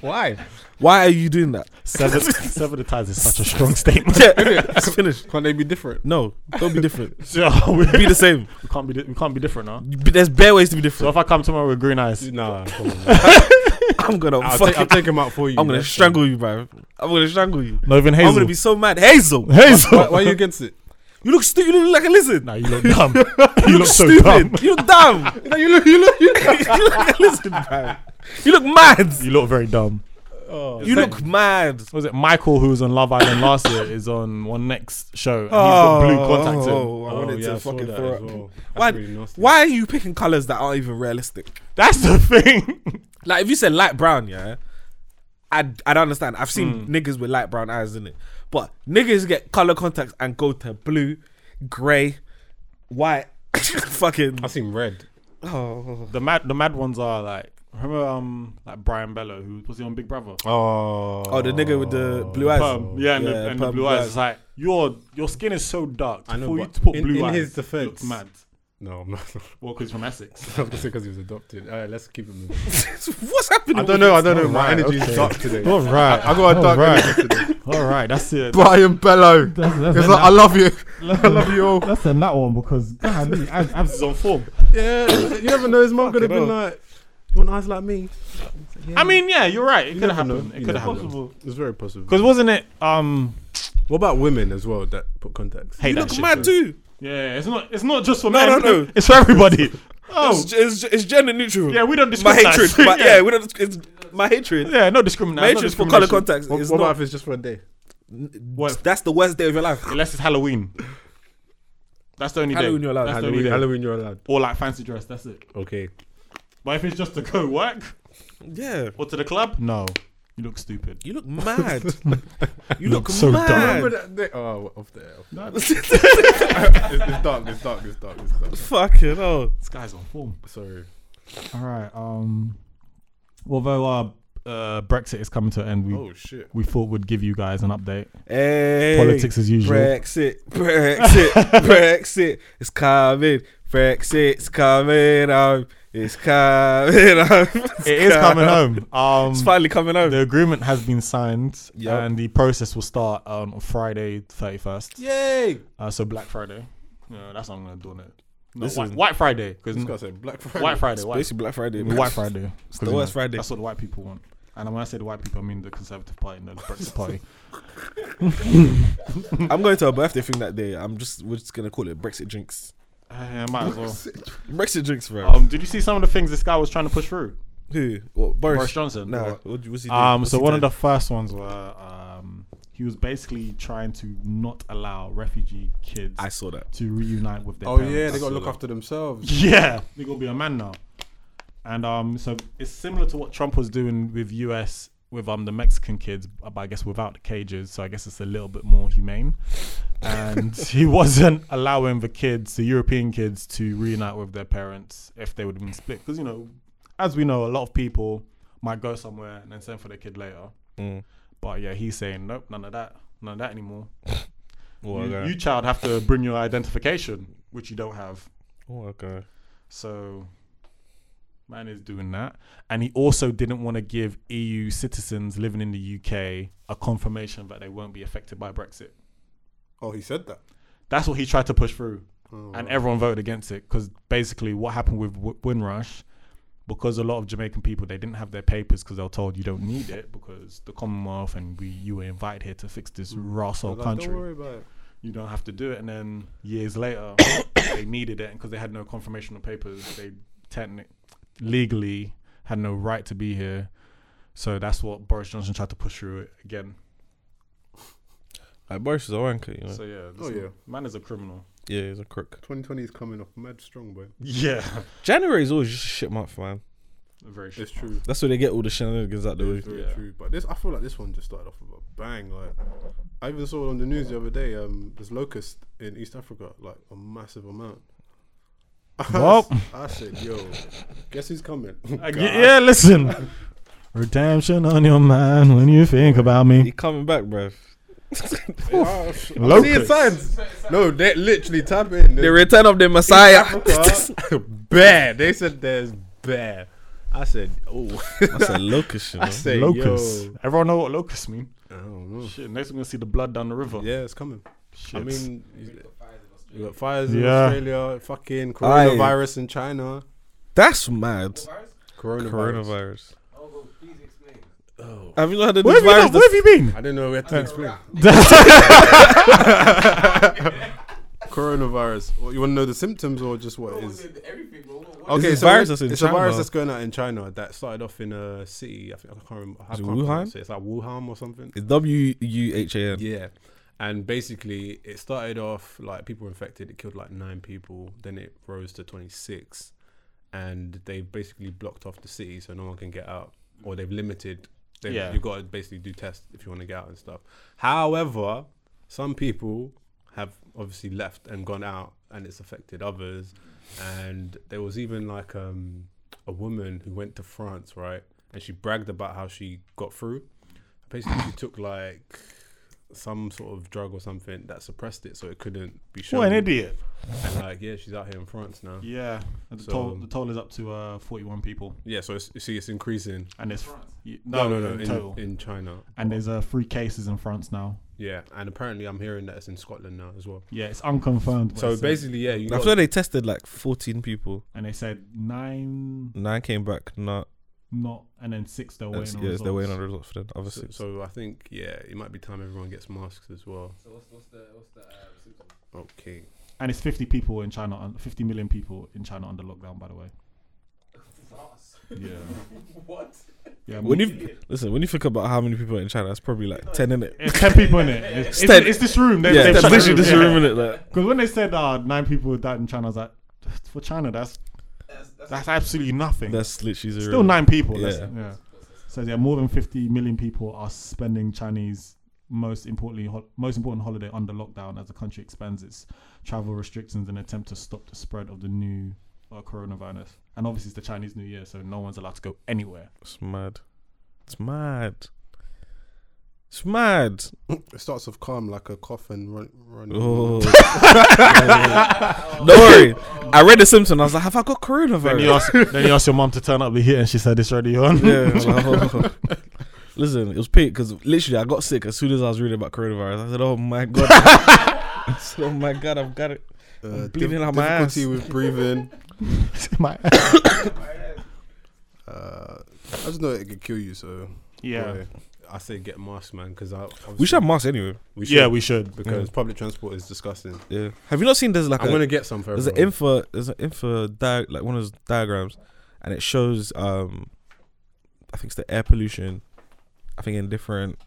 Why?
Why are you doing that?
Sever, sever the ties is such a strong statement.
Yeah, it's finished.
Can't they be different?
No, don't be different.
So we,
Be the same.
we can't be di- we can't be different, huh?
You- There's bare ways to be
So
different.
if I come tomorrow with green eyes,
Nah, come on, man.
I'm gonna
I'll,
fucking.
take, I'll take him out for you.
I'm gonna
That's
strangle you, bro. I'm gonna strangle you.
no even
I'm
Hazel.
gonna be so mad. Hazel,
fine.
Hazel.
Why, why are you against it?
you look stupid. You look like a lizard.
nah, you look dumb. you look so dumb.
stupid. You look dumb. you look. You look. You look, like a lizard, bro. You look mad.
You look very dumb.
You look mad.
Was it Michael who was on Love Island last year? Is on one next show. And he's got blue contacts. in.
oh, I wanted to
saw
fucking
that
throw up.
as well.
Why?
really nasty.
why are you picking colors that aren't even realistic?
That's the thing.
Like if you said light brown, yeah, I I don't understand. I've seen niggas with light brown eyes in it, but niggas get color contacts and go to blue, gray, white, fucking.
I've seen red.
Oh,
the mad the mad ones are like remember um like Brian Bello who was he on Big Brother?
Oh,
oh, the nigga with the blue eyes.
Perm. Yeah, and, the, and the
perm
blue eyes. It's like your your skin is so dark.
I know,
For you
but
to put
in-
blue
in
eyes,
his
it looks
defense-
mad.
no, I'm not. I
Well, 'cause he's from Essex.
was gonna say because he was adopted. All right, let's keep it moving.
What's happening?
I don't know. I don't know. My
Alright,
energy
okay.
is dark today.
All right,
I got a dark
Alright.
energy today.
all right, that's it.
Brian Bello.
that's
It's like, I love you. I love you all.
That's in that one because God, abs is on form.
Yeah, you never know. His mom could have been like, "You want eyes like me?"
I mean, yeah, you're right. It could have
never
happened.
know.
It
You
could have
never know.
happened.
It's very possible.
Because wasn't it? Um,
What about women as well that put contacts?
hey,
You
that
look
shit,
mad
though.
too.
Yeah, it's not. It's not just for
No,
men.
no, no.
It's for everybody. Oh,
It's, it's, it's gender neutral.
yeah, we don't
my
discriminate.
hatred. My, yeah. we don't. It's my hatred.
yeah, no discrimination.
My hatred is for color contacts.
What,
is
what
not-
about if it's just for a day?
What?
That's the worst day of your life.
Unless it's Halloween. That's the only
Halloween
day.
you're allowed.
That's
Halloween,
the only day.
Halloween you're allowed.
Or like fancy dress. That's it.
Okay.
But if it's just to go work
Yeah.
or to the club, no, you look stupid.
You look mad. you look
so dumb.
mad.
Remember that day? Oh, off there.
No, this
Fuck
It's, it's dark. It's dark. It's dark. It's dark.
Fucking oh.
guy's on form.
Sorry.
All right. Um. Although our uh, Brexit is coming to an end, we
Oh shit.
we thought we'd give you guys an update.
Hey.
Politics as usual.
Brexit. Brexit. Brexit. It's coming. Brexit's coming home. It's coming home. It's
it is coming home. Um,
It's finally coming home.
the agreement has been signed,
Yep.
and the process will start on Friday, thirty first.
Yay.
Uh, so Black Friday. Yeah, that's what I'm gonna do on it. No,
This
white,
is-
white Friday because
This guy said Black Friday.
White Friday, white,
Basically Black Friday.
White Friday. 'Cause,
the
you know,
worst Friday.
That's what the white people want. And when I say the white people, I mean the Conservative Party and the Brexit Party.
I'm going to a birthday thing that day. I'm just we're just gonna call it Brexit drinks.
Uh, might as well.
Brexit drinks, bro.
Um, did you see some of the things this guy was trying to push through?
Who? What, Boris?
Boris Johnson.
Nah. What, what, what's he doing?
Um,
What's
so
he
one of the
doing?
first ones were um, he was basically trying to not allow refugee kids
I saw that.
to reunite with their
Oh
parents.
yeah, they gotta look after themselves.
Yeah, they're gonna be a man now. And um, so it's similar to what Trump was doing with US with um the Mexican kids, but I guess without the cages. So I guess it's a little bit more humane. And he wasn't allowing the kids, the European kids, to reunite with their parents if they would have been split. Because you know, as we know, a lot of people might go somewhere and then send for their kid later. But yeah, he's saying nope, none of that, none of that anymore.
Oh,
you,
okay.
you child have to bring your identification, which you don't have.
Oh, okay.
So, man is doing that. And he also didn't want to give EU citizens living in the UK a confirmation that they won't be affected by Brexit.
Oh, he said that. Oh.
That's what he tried to push through. And everyone voted against it because basically what happened with w- Windrush, because a lot of Jamaican people, they didn't have their papers because they were told you don't need it because the Commonwealth and we, you were invited here to fix this
Mm. They're
arsehole
like,
country
Don't worry about it.
you don't have to do it. And then years later, they needed it, and because they had no confirmation of papers, they technically, legally had no right to be here. So that's what Boris Johnson tried to push through it again.
Like Boris is a wanker, you know.
So yeah, this
Oh, yeah.
man is a criminal.
yeah, he's a crook.
2020 is coming off mad strong, boy.
Yeah,
January is always just a shit month, man.
very
It's
shit.
true.
That's where they get all the shenanigans out the way.
It's very
Yeah.
true. But this, I feel like this one just started off with a bang. Like, I even saw it on the news the other day. Um, there's locusts in East Africa, like a massive amount.
Well.
I said, yo, guess who's coming?
yeah, listen. Redemption on your mind when you think about
He
me.
coming back, bruv.
Oh, shit. I'm
Locust.
seeing signs. No, they literally tap in.
The
They're in
return of the Messiah.
Africa. bear. They said there's bear. I said, oh.
That's a locust, you know.
I said,
Locusts.
yo.
Everyone know what locusts mean?
I don't know.
Shit, next we're gonna see the blood down the river.
Yeah, it's coming.
Shit.
I mean, you got fires in
Yeah.
Australia, fucking coronavirus in China.
That's mad.
Coronavirus.
Coronavirus.
Oh, well, please explain.
Have you not had a
where,
new
have you,
virus?
not- where have you been?
I didn't know we had to explain. Coronavirus. Well, you want to know the symptoms or just what it is?
Everything, bro. What, what,
Okay,
It's a
so
virus
it-
that's in
it's
China.
a virus that's going out in China that started off in a city. I think I can't remember. I
Is it
can't pronounce
Wuhan?
It. It's like Wuhan or something.
It's W U H A N.
Yeah. And basically, it started off like people were infected. It killed like nine people. Then it rose to 26. And they basically blocked off the city so no one can get out. Or they've limited. They've,
Yeah.
You've got to basically do tests if you want to get out and stuff. However, some people have obviously left and gone out and it's affected others. And there was even like um, a woman who went to France, right? And she bragged about how she got through. Basically, she took like some sort of drug or something that suppressed it so it couldn't be shown.
What an idiot.
And like, yeah, she's out here in France now.
Yeah,
Yeah,
the,
So-
um,
toll, the toll is up to uh, 41 people.
so it's, you see, it's increasing.
and it's y-
No, no, no,
in total.
in, in China.
and there's uh, three cases in France now.
Yeah, and apparently I'm hearing that it's in Scotland now as well.
Yeah, it's unconfirmed. but
So
it's, uh,
basically, yeah, you
I
got
feel they tested like 14 people.
and they said nine
Nine came back. Not.
not, and then six they're
Yes,
waiting. on
they're waiting on
results.
the results for the other
So,
six.
so I think yeah, it might be time everyone gets masks as well.
so what's, what's the, what's the uh, symptoms?
Okay.
And it's 50 people in China, un- 50 million people in China under lockdown. By the way, yeah,
What?
Yeah,
When you listen, when you think about how many people are in China, that's probably like ten in it.
It's ten people in it. It's, it's,
ten.
it's this room. They,
Yeah,
they've
it's
shut
literally
the
this room in it. Like,
Because when they said uh, nine people died in China, I was like, "That's- for China, that's
That's, that's,
that's absolutely nothing.
that's literally zero.
Still nine people. Yeah.
Yeah.
yeah. So yeah, more than fifty million people are spending Chinese most importantly ho- most important holiday under lockdown as the country expands its travel restrictions in an attempt to stop the spread of the new uh, coronavirus. And obviously, it's the Chinese New Year, so no one's allowed to go anywhere.
It's mad. It's mad. It's mad.
It starts off calm, like a cough and run. run Uh,
Oh. Don't worry. I read The Simpsons. I was like, have I got
Then you
coronavirus?
ask, then you ask your mom to turn up the heat, and she said it's already on.
Yeah, I was like, oh. Listen, it was paid because literally I got sick as soon as I was reading about coronavirus. I said, oh my God. I said, oh my God, I've got it.
Uh,
bleeding
dif-
out my ass.
difficulty with breathing.
My-
Uh, I just know it could kill you, so
yeah,
boy, I say get masks, man, because I
We should have masks anyway.
we
yeah, we should.
because public transport is disgusting.
Yeah. Have you not seen there's like
I'm
a-
gonna get some for
there's an
everyone.
info there's an info di- like one of those diagrams and it shows um i think it's the air pollution i think in different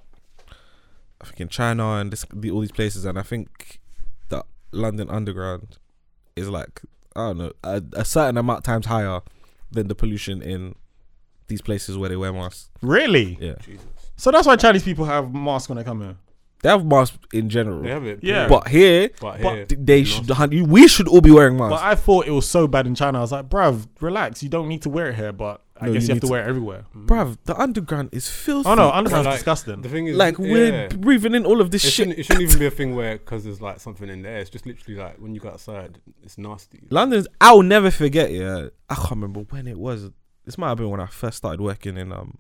i think in china and this, the, all these places and i think the london underground is like i don't know a, a certain amount times higher than the pollution in these places where they wear masks
Really?
yeah
So that's why Chinese people have masks when they come here.
they have masks in general
They have it,
Yeah.
but here
but,
but
here,
th- they should we should all be wearing masks
But I thought it was so bad in China. I was like, bruv, relax. You don't need to wear it here, but I
No,
guess
you
you
need
have to,
to-
wear it everywhere.
bruv the underground is filthy
Oh no, underground's
like,
disgusting.
the thing is,
like we're
yeah.
breathing in all of this
It
shit.
shouldn't, it shouldn't even be a thing where because there's like something in the air. It's just literally like when you go outside, it's nasty.
London's. I'll never forget. Yeah, I can't remember when it was. This might have been when I first started working in um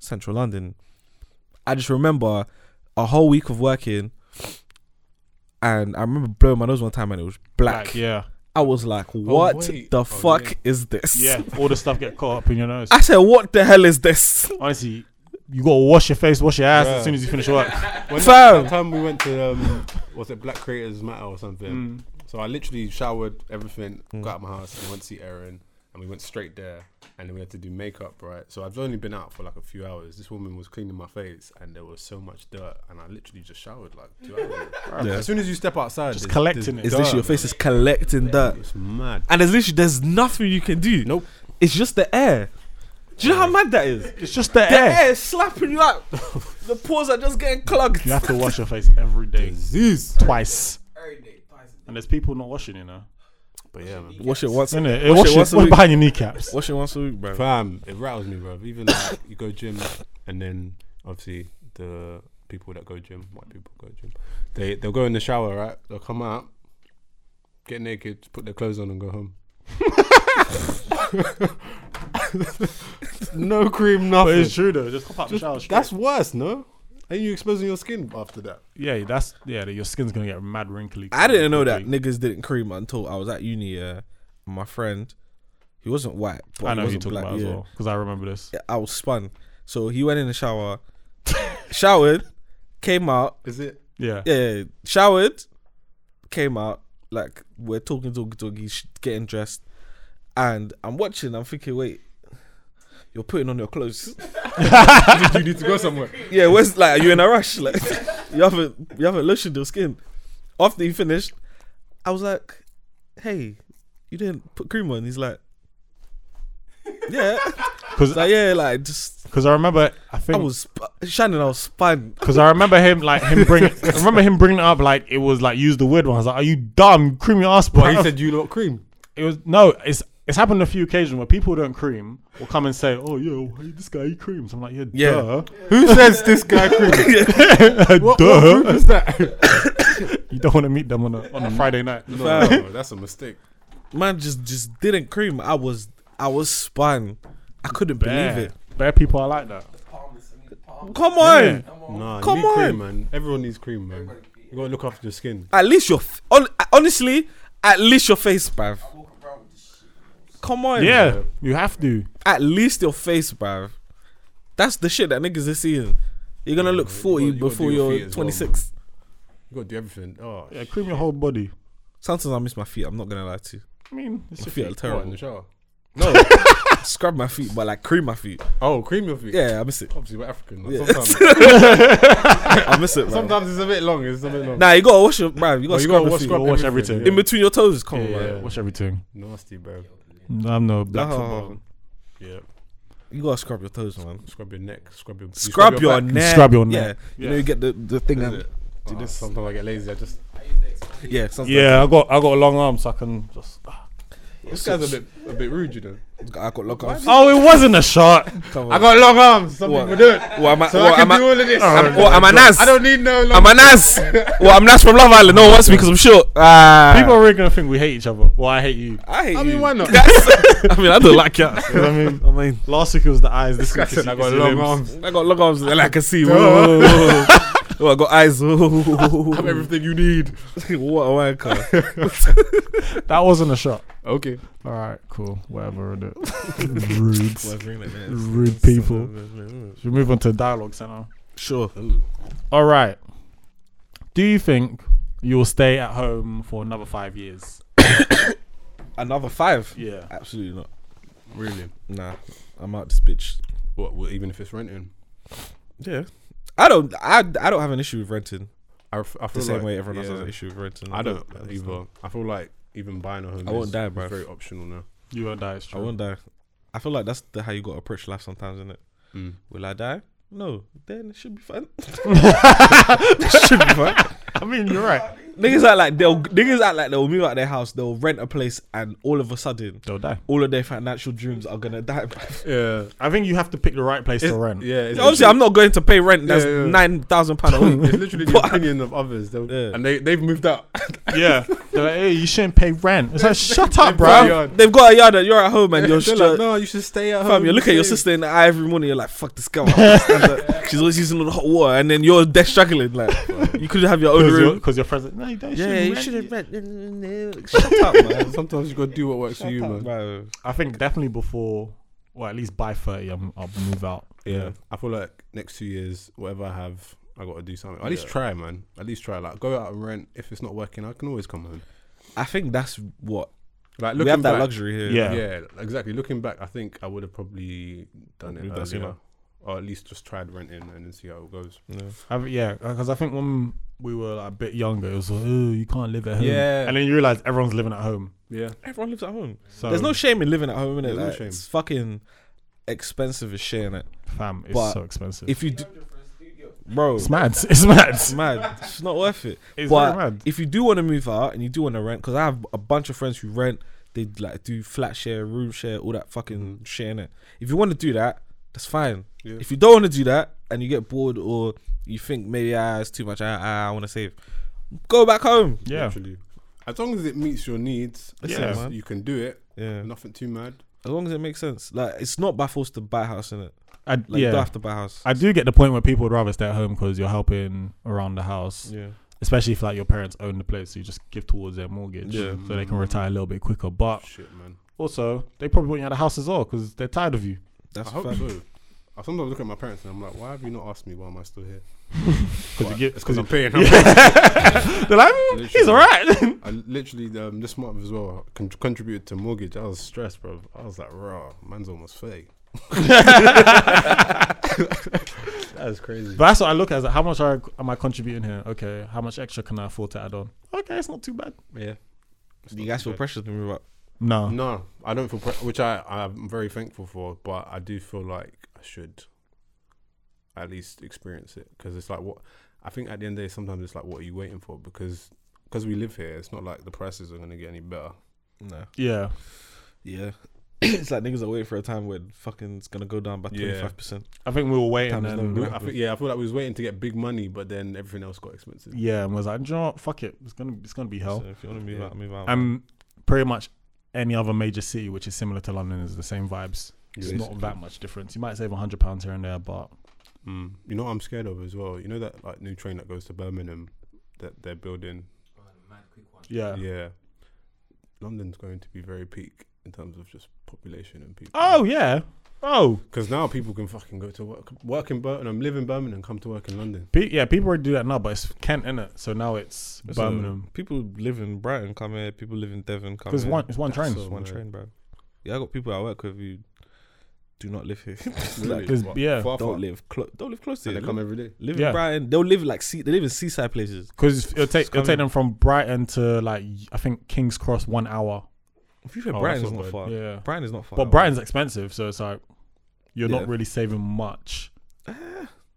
central London. I just remember a whole week of working, and I remember blowing my nose one time, and it was black.
Like, yeah,
I was like, "What
wait.
the
Oh,
fuck
yeah.
is this?"
yeah. All the stuff get caught up in your nose.
I said, "What the hell is this?"
Honestly, you gotta wash your face, wash your ass
Yeah.
as soon as you finish work.
When
Fam.
that, that time we went to um, was it Black Creators Matter or
Mm.
something? So I literally showered everything, got out of my house, and went to see Erin, and we went straight there, and then we had to do makeup, right? So I've only been out for like a few hours. This woman was cleaning my face, and there was so much dirt, and I literally just showered like two hours. As soon as you step outside,
Just
there's-
collecting it.
there's
It's literally your
dirt,
face is collecting dirt,
man. It's mad.
and there's literally there's nothing you can do.
Nope.
It's just the air. Do you know how mad that is?
It's just the
The
air.
air is slapping you out. the pores are just getting clogged.
You have to wash your face every day,
Disease.
twice.
every day, twice a day.
And there's people not washing, you know.
But yeah, man.
Wash it once.
Isn't it?
Wash
Wash,
it once a
your, wash
week.
behind your kneecaps.
Wash it once a week, bro.
Fam, it rattles me, bro. Even like you go gym, and then obviously the people that go gym, white people go gym, they they'll go in the shower, right? They'll come out, get naked, put their clothes on, and go home. no cream,
But
nothing.
it's true though. Just hop out the shower. straight.
That's worse, no? Ain't you exposing your skin after that?
yeah, that's yeah. Your skin's gonna get mad wrinkly.
I didn't know that
quickly.
niggas didn't cream until I was at uni. Yeah, And my friend, he wasn't white, but
I know
he
who you're
wasn't
talking
black.
about as
yeah.
well because I remember this.
I was spun. So he went in the shower, showered, came out.
Is it?
Yeah,
Yeah, showered, came out. Like we're talking, talking, talking. He's getting dressed, and I'm watching. I'm thinking, wait, you're putting on your clothes.
You need to go somewhere.
Yeah, where's like are you in a rush? Like you haven't you haven't lotioned your skin. After he finished, I was like, Hey, you didn't put cream on. He's like Yeah.
because
Like yeah, like just
Because I remember, I
I
think,
was sp- Shannon, I was spun.
because I remember him like him bring. I remember him bringing it up like it was like use the weird one. I was like, "Are you dumb? Cream your ass, bro."
But he said you lot cream.
it was no. It's it's happened a few occasions where people who don't cream will come and say, "Oh, yo, hey, this guy he creams." I'm like, "Yeah,
Yeah.
duh,
Who says this guy cream?
duh."
Who is that?
You don't want to meet them on a on a Friday night.
no, no, that's a mistake.
Man just just didn't cream. I was I was spun. I couldn't
Bare,
believe it.
bare people are like that.
Palms, I need palms.
Come on.
Innit?
Nah,
Come
Come need
on.
cream, man. Everyone needs cream, man. You gotta look after your skin.
At least your f- hon- honestly, at least your face, bruv.
Walk around with this shit.
Come on.
Yeah, you have to.
at least your face, bruv. That's the shit that niggas are seeing. You're gonna look
you
40
gotta- you gotta
before
do your
you're
feet as well,
26.
You gotta do everything. Oh,
Yeah, cream your whole body.
Sometimes I miss my feet. I'm not gonna lie to you.
I mean, it's
I
your
feel
feet.
what, in
terrible.
the shower?
No, scrub my feet, but like cream my feet.
Oh, cream your feet.
Yeah, I miss it.
Obviously, we're African.
Yeah.
Sometimes,
I miss it. Man.
sometimes it's a bit long. It's a bit long.
Nah, you gotta wash your man. You gotta
Oh, you
scrub
gotta
your
wash-
feet.
scrub
Watch
everything,
everything.
in between your toes. Come on,
Yeah,
man.
watch everything.
Nasty, bro.
I'm no
Oh.
black
No.
football.
Yeah.
You gotta scrub your toes, man.
Scrub your neck. Scrub your. you
Scrub, your,
back.
neck.
Scrub your neck.
Yeah. You know, you get the the thing.
Is
and-
it? Oh, Sometimes I get lazy. I just.
Yeah, sounds like-
Yeah, I got I got a long arm, so I can just.
This guy's a bit a bit rude, you know.
I got lock arms.
Oh, it wasn't a shot.
Come on.
I got long arms. Some
What?
people do it.
Well, am I,
So
well,
I can
am I,
do all of this.
oh, I'm, well, am I Nas?
I don't need no long.
Am I Nas? well, I'm Nas from Love Island. No one wants me because I'm short. Ah.
People are really gonna think we hate each other. Well, I hate you.
I hate
I mean,
you.
why not?
That's- I mean, I don't like you.
I mean,
I mean,
last week it was the eyes. This week
Guy
it's,
said I got
it's
long
limbs.
arms.
I got long arms and I can see. Whoa, whoa, whoa, whoa. Oh, I got eyes. Whoa, whoa, whoa,
I'm
whoa.
everything you need.
what a wanker.
That wasn't a shot.
Okay.
All right, cool. Whatever. innit? Rude. Rude
Rude
people. Should we move on to dialogue center?
Sure.
All right. Do you think you'll stay at home for another five years?
Another five?
Yeah.
Absolutely not.
Really?
Nah, I'm out this bitch.
What? what even if it's renting?
Yeah. I don't. I, I don't have an issue with renting.
I, f- I
The
feel
same
like,
way everyone else
yeah.
has an issue with renting.
I don't
understand.
either. I feel like even buying a home
I won't
is,
die,
is
bruv.
very optional now.
You won't die. It's
I
true.
won't die. I feel like that's the, how you got to approach life sometimes, isn't it?
Mm.
Will I die? No. Then it should be fun. it should be fun.
I mean, you're right.
Niggas act like they'll niggas act like they'll move out their house, they'll rent a place, and all of a sudden,
They'll die.
all of their financial dreams are gonna die. bruv.
Yeah.
I think you have to pick the right place to rent.
Yeah. It's
Obviously, I'm not going to pay rent. That's
Yeah, yeah.
nine thousand pound a week.
It's literally the opinion of others, They'll-
Yeah.
and they they've moved out.
Yeah. They're like, hey, you shouldn't pay rent. It's like, shut up,
They've
bro.
got a yard.
They've got a yard and you're at home and you're
They're
just
like, no, you should stay at
fam.
home.
You look at your sister in the eye every morning. You're like, fuck this girl. I can't stand her. She's always using all the hot water, and then you're there struggling. Like, you could have your own
Because your,
room.
'cause your friends are like, no, you don't.
Yeah,
shouldn't
you
rent.
should have rent. Shut up, man.
Sometimes you gotta do what works for you, man.
Bro.
I think definitely before, well, at least by 30, I'm, I'll move out.
Yeah, I feel like next two years, whatever I have, I got to do something. At least try, man. At least try. Like, go out and rent. If it's not working, I can always come home.
I think that's what
Like,
we have that
back,
luxury here.
Yeah.
Yeah, exactly. Looking back, I think I would have probably done
Probably
it
done
earlier,
sooner.
or at least just tried renting and then see how it goes.
I, think- yeah, because I think when we were like, a bit younger, it was like, oh, you can't live at home.
Yeah.
And then you realize everyone's living at home.
Yeah,
Everyone lives at home.
So,
There's no shame in living at home, innit?
There's no
Like,
shame.
It's fucking expensive as shit, innit?
fam, it's
but
so expensive.
If you do, bro,
it's mad. It's mad.
it's mad. It's not worth it.
It's
but
very mad.
if you do want to move out and you do want to rent, because I have a bunch of friends who rent, they like do flat share, room share, all that fucking shit, innit? If you want to do that, that's fine.
Yeah.
If you don't want to do that and you get bored or you think maybe ah, it's too much, I, I, want to save, go back home.
Yeah.
literally. As long as it meets your needs,
That's
Yeah.
it, man.
you can do it.
Yeah.
Nothing too mad.
As long as it makes sense. Like, it's not by force to buy a house, innit?
I,
Like, you
yeah.
don't have to buy a house.
I do get the point where people would rather stay at home because you're helping around the house,
yeah.
especially if like your parents own the place. So you just give towards their mortgage,
Yeah.
so they can retire a little bit quicker.
Oh,
But
Shit, man.
also, they probably want you out of the house as well because they're tired of you.
That's
I hope
fact.
so. I sometimes look at my parents and I'm like, why have you not asked me why am I still here?
Because you get,
It's
because
because I'm paying.
they're like, "Mm, he's
Literally.
all right.
I literally um, this month as well con- contributed to mortgage. I was stressed, bro. I was like, raw, man's almost thirty. that is crazy.
But that's what I look at. Is like, how much are, am I contributing here? Okay, how much extra can I afford to add on? Okay, it's not too bad.
yeah.
Do you guys feel pressure to move up?
No,
No, I don't feel pre- which I I'm very thankful for, but I do feel like I should at least experience it because it's like what I think at the end of the day sometimes it's like what are you waiting for because because we live here it's not like the prices are gonna get any better.
No.
yeah,
Yeah. it's like niggas are waiting for a time when fucking it's gonna go down by
Yeah.
twenty five percent.
I think we were waiting.
Time's
And
never
we,
gonna
I think yeah, I feel like we was waiting to get big money, but then everything else got expensive.
yeah, and was like, "Do you know what? Fuck it. It's gonna it's gonna be hell.
So if you wanna move
Yeah.
out, move out.
And pretty much any other major city which is similar to London is the same vibes. It's
Basically.
not that much difference. You might save hundred pounds here and there, but
Mm. You know what I'm scared of as well. You know that like new train that goes to Birmingham that they're building.
yeah.
Yeah, London's going to be very peak in terms of just population and people.
Oh yeah. Oh
because now people can fucking go to work, work in Birmingham, live in Birmingham, come to work in London.
pe- yeah, people already do that now, but it's Kent in it, so now it's
That's
Birmingham.
People live in Brighton, come here. People live in Devon, come
Because
here.
one it's one train.
It's
so
one
mad.
train, bro. Yeah, I got people I work with who do not live here.
Really?
like,
It's-
What,
yeah.
far, far?
don't live close. Don't live close to
And
here.
they come every day.
live
Yeah.
in Brighton. They'll live like sea. They live in seaside places.
Because it'll take
It's
it'll take
coming.
them from Brighton to like I think King's Cross one hour.
If you said
Oh,
Brighton
that's
is not
not bad.
far.
Yeah.
Brighton is not far.
But Brighton's expensive, so it's like you're
Yeah.
not really saving much. You're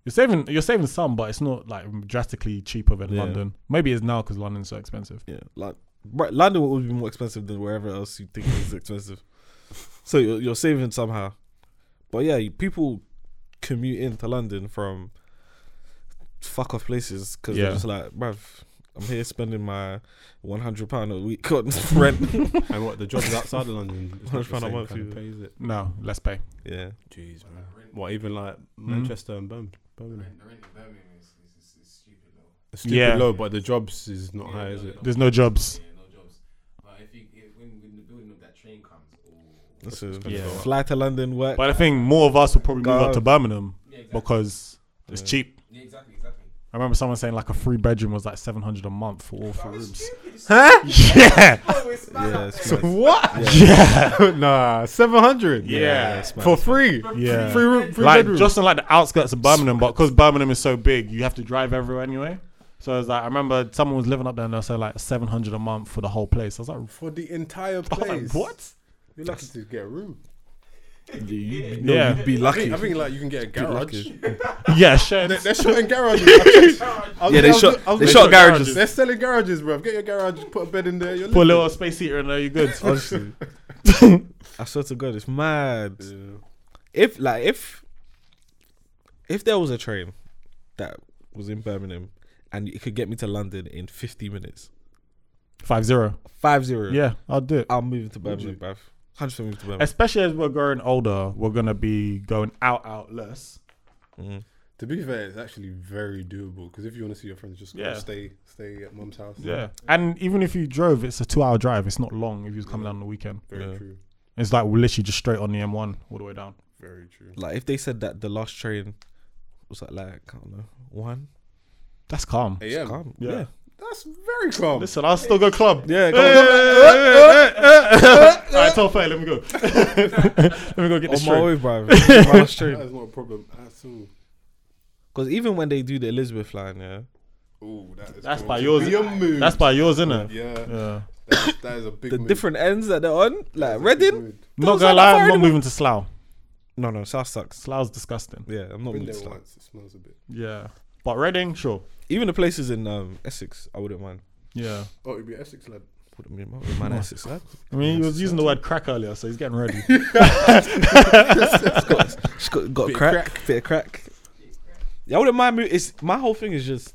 saving you're saving some, but it's not like drastically cheaper than
Yeah.
London. Maybe it's now because London's so expensive.
Yeah, like Bri- London will always be more expensive than wherever else you think is expensive. So you're, you're saving somehow, but yeah, you- people commute into London from fuck off places because
Yeah.
they're just like, bruv, I'm here spending my one hundred pound a week on rent.
And what the jobs outside of London? It's
Hundred
not
pound
the
a
same
month,
kind of
yeah.
pay, is it?
No, let's pay.
yeah,
Jeez, man. What even like
Mm.
Manchester and Birm- Birmingham?
The rent in Birmingham is, is, is, is stupid low.
It's stupid
Yeah.
low, but the jobs is not high, is it?
There's no jobs.
Yeah, no jobs. But if you if, when, when the building of that train comes, oh,
that's a
Yeah.
fly to London work.
But I think more of us will probably move up to Birmingham
yeah, exactly.
because it's cheap.
yeah, exactly, exactly.
I remember someone saying like a three bedroom was like seven hundred a month for all four rooms.
Huh? Yeah.
Oh, it's mad
yeah,
up there.
it's mad.
What? Yeah. nah, seven hundred.
Yeah.
it's mad.
For free.
Yeah.
Free room. Free
like
bedroom.
just on like the outskirts of Birmingham, but because Birmingham is so big, you have to drive everywhere anyway. So it's like I remember someone was living up there and they said like seven hundred a month for the whole place. I was like,
for the entire
I was like,
place.
what?
You're lucky to get a room.
You- you know,
Yeah.
you'd be
I
lucky.
think, I think like you can get a garage.
lucky.
Yeah, shit.
They're showing garages. yeah,
they shot- they shot garages.
They're selling garages, bro. Get your garage, put a bed in there. You're
Put a little space heater in there, you're good.
Honestly, I swear to God, it's mad. If like if if there was a train that was in Birmingham and it could get me to London in fifty minutes,
Five zero.
five zero,
Yeah, I'll do it.
I'm moving to Birmingham, bruv. Hundred percent moving to Birmingham.
Especially as we're growing older, we're gonna be going out out less.
Mm-hmm.
To be fair, it's actually very doable because if you want to see your friends, just go
Yeah.
stay stay at mum's house.
Yeah. And even if you drove, it's a two hour drive. It's not long if you was coming down on the weekend.
very
Yeah.
true,
It's like we're literally just straight on the M one all the way down.
very true.
Like if they said that the last train was at like I don't know one,
That's calm.
Yeah,
calm.
Yeah.
yeah.
that's very calm.
Listen, I'll still go club.
Yeah, go
All right, tell Faye, let me go. let me go get this
on my
straight.
way, bruv. last
That
train.
is not a problem at all.
Because even when they do the Elizabeth line, yeah,
Ooh, that is
That's
going
by
to
yours.
be a move.
That's by yours, innit?
yeah.
Yeah.
That, is, that is a big
the
move.
different ends that they're on, like
That's a big
Reading.
move.
Not
Those
gonna
are not
lie, I'm
far
not moving to Slough.
No, no, South sucks.
Slough's disgusting.
Yeah, I'm not
Been
moving to
there
Slough.
once. It smells a bit.
Yeah. But Reading, sure.
Even the places in um, Essex, I wouldn't mind.
Yeah.
Oh, it'd be Essex lad.
Wouldn't mind- wouldn't mind Essex. lad.
I mean, he was using the word crack earlier, so he's getting ready.
Just got, got
Bit of
crack, bit of crack. Yeah, I wouldn't mind. Mo- it's my whole thing is just,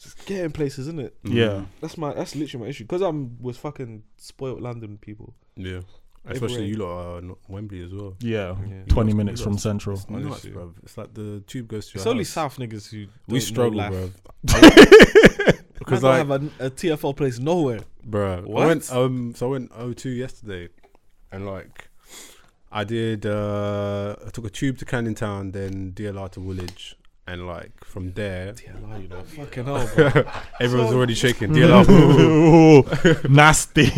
just getting places, isn't it?
yeah.
That's my that's literally my issue because I'm was fucking spoiled London people.
Yeah.
Everywhere.
Especially you lot are not Wembley as well.
Yeah.
Yeah.
20 minutes from Central.
It's nuts,
Honestly.
bruv. It's like the tube goes to
It's
your
only
house.
South niggas who
We
don't know
struggle,
life.
bruv.
Because
Because
I
like,
have a, a TFL place nowhere.
Bruh.
What?
I went um so I went O2 yesterday and like I did uh I took a tube to Canning Town, then DLR to Woolwich and like from there
DLR, you know, fucking hell. Bro.
everyone's already shaking DLR
Ooh, nasty.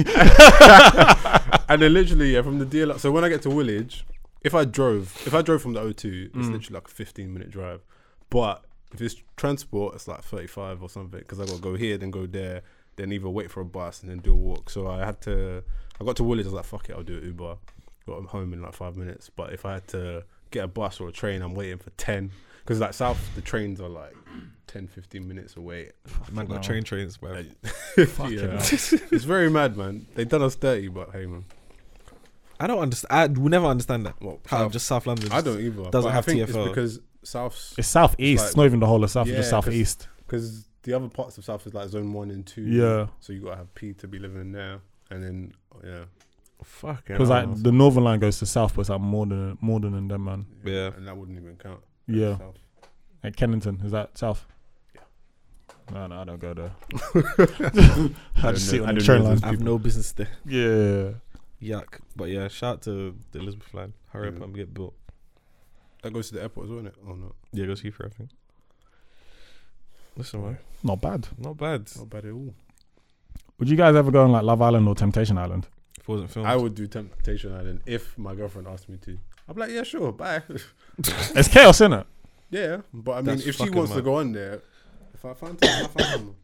and then literally yeah, from the DLR so when I get to Woolwich, if I drove if I drove from the O2, it's literally like a fifteen minute drive. But if it's transport, it's like thirty five or something because I got to go here, then go there, then either wait for a bus and then do a walk. So I had to. I got to Woolwich. I was like, "Fuck it, I'll do an Uber." Got home in like five minutes. But if I had to get a bus or a train, I'm waiting for ten because like south, the trains are like 10, 15 minutes away.
Man got train trains, bro.
Yeah. it's very mad, man. They done us dirty, but hey, man.
I don't understand. I will never understand that.
Well,
How
South-
just South London?
I don't either.
doesn't
but I
have
think
TFL.
it's because south's
It's southeast.
Like-
it's not even the whole of south, it's just
Yeah, 'cause-
southeast.
because the other parts of South is like zone one and two.
Yeah.
So you gotta have P to be living in there, and then yeah. Fuck.
Because like the northern line goes to south, but it's like more than more than them, man.
Yeah.
And that wouldn't even count.
Yeah.
South.
At Kennington, is that south? No, no, I don't go there. I just
know-
see it
I
on the
don't
train
know
line.
those
I have no business there.
Yeah.
Yuck. But yeah, shout out to the Elizabeth line. Hurry up
Yeah.
and get built.
That goes to the airport as well, isn't it? Or not?
Yeah, go see for everything. Listen, man,
Not bad.
not bad.
Not bad at all.
Would you guys ever go on like Love Island or Temptation Island?
wasn't filmed.
I would do Temptation Island if my girlfriend asked me to. I'd be like, yeah, sure, bye.
It's chaos, innit?
yeah, but I mean,
That's
if she
fucking
wants to
mad.
go on there, if I find time, I find time.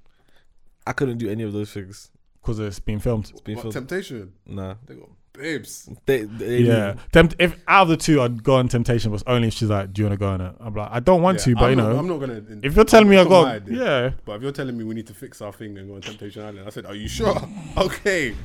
I couldn't do any of those things.
Because it's being filmed.
It's been
But
filmed.
Temptation,
Nah.
they got babes.
They, they
Yeah. Tempt- if out of the two, I'd go on Temptation, but only if she's like, "Do you want to go on it?" I'm like, "I don't want
Yeah,
to," but
I'm
you
not-
know,
I'm not gonna.
if you're telling me I
it's not my
got,
idea.
yeah,
But if you're telling me we need to fix our thing and go on Temptation Island, I said, are you sure? okay,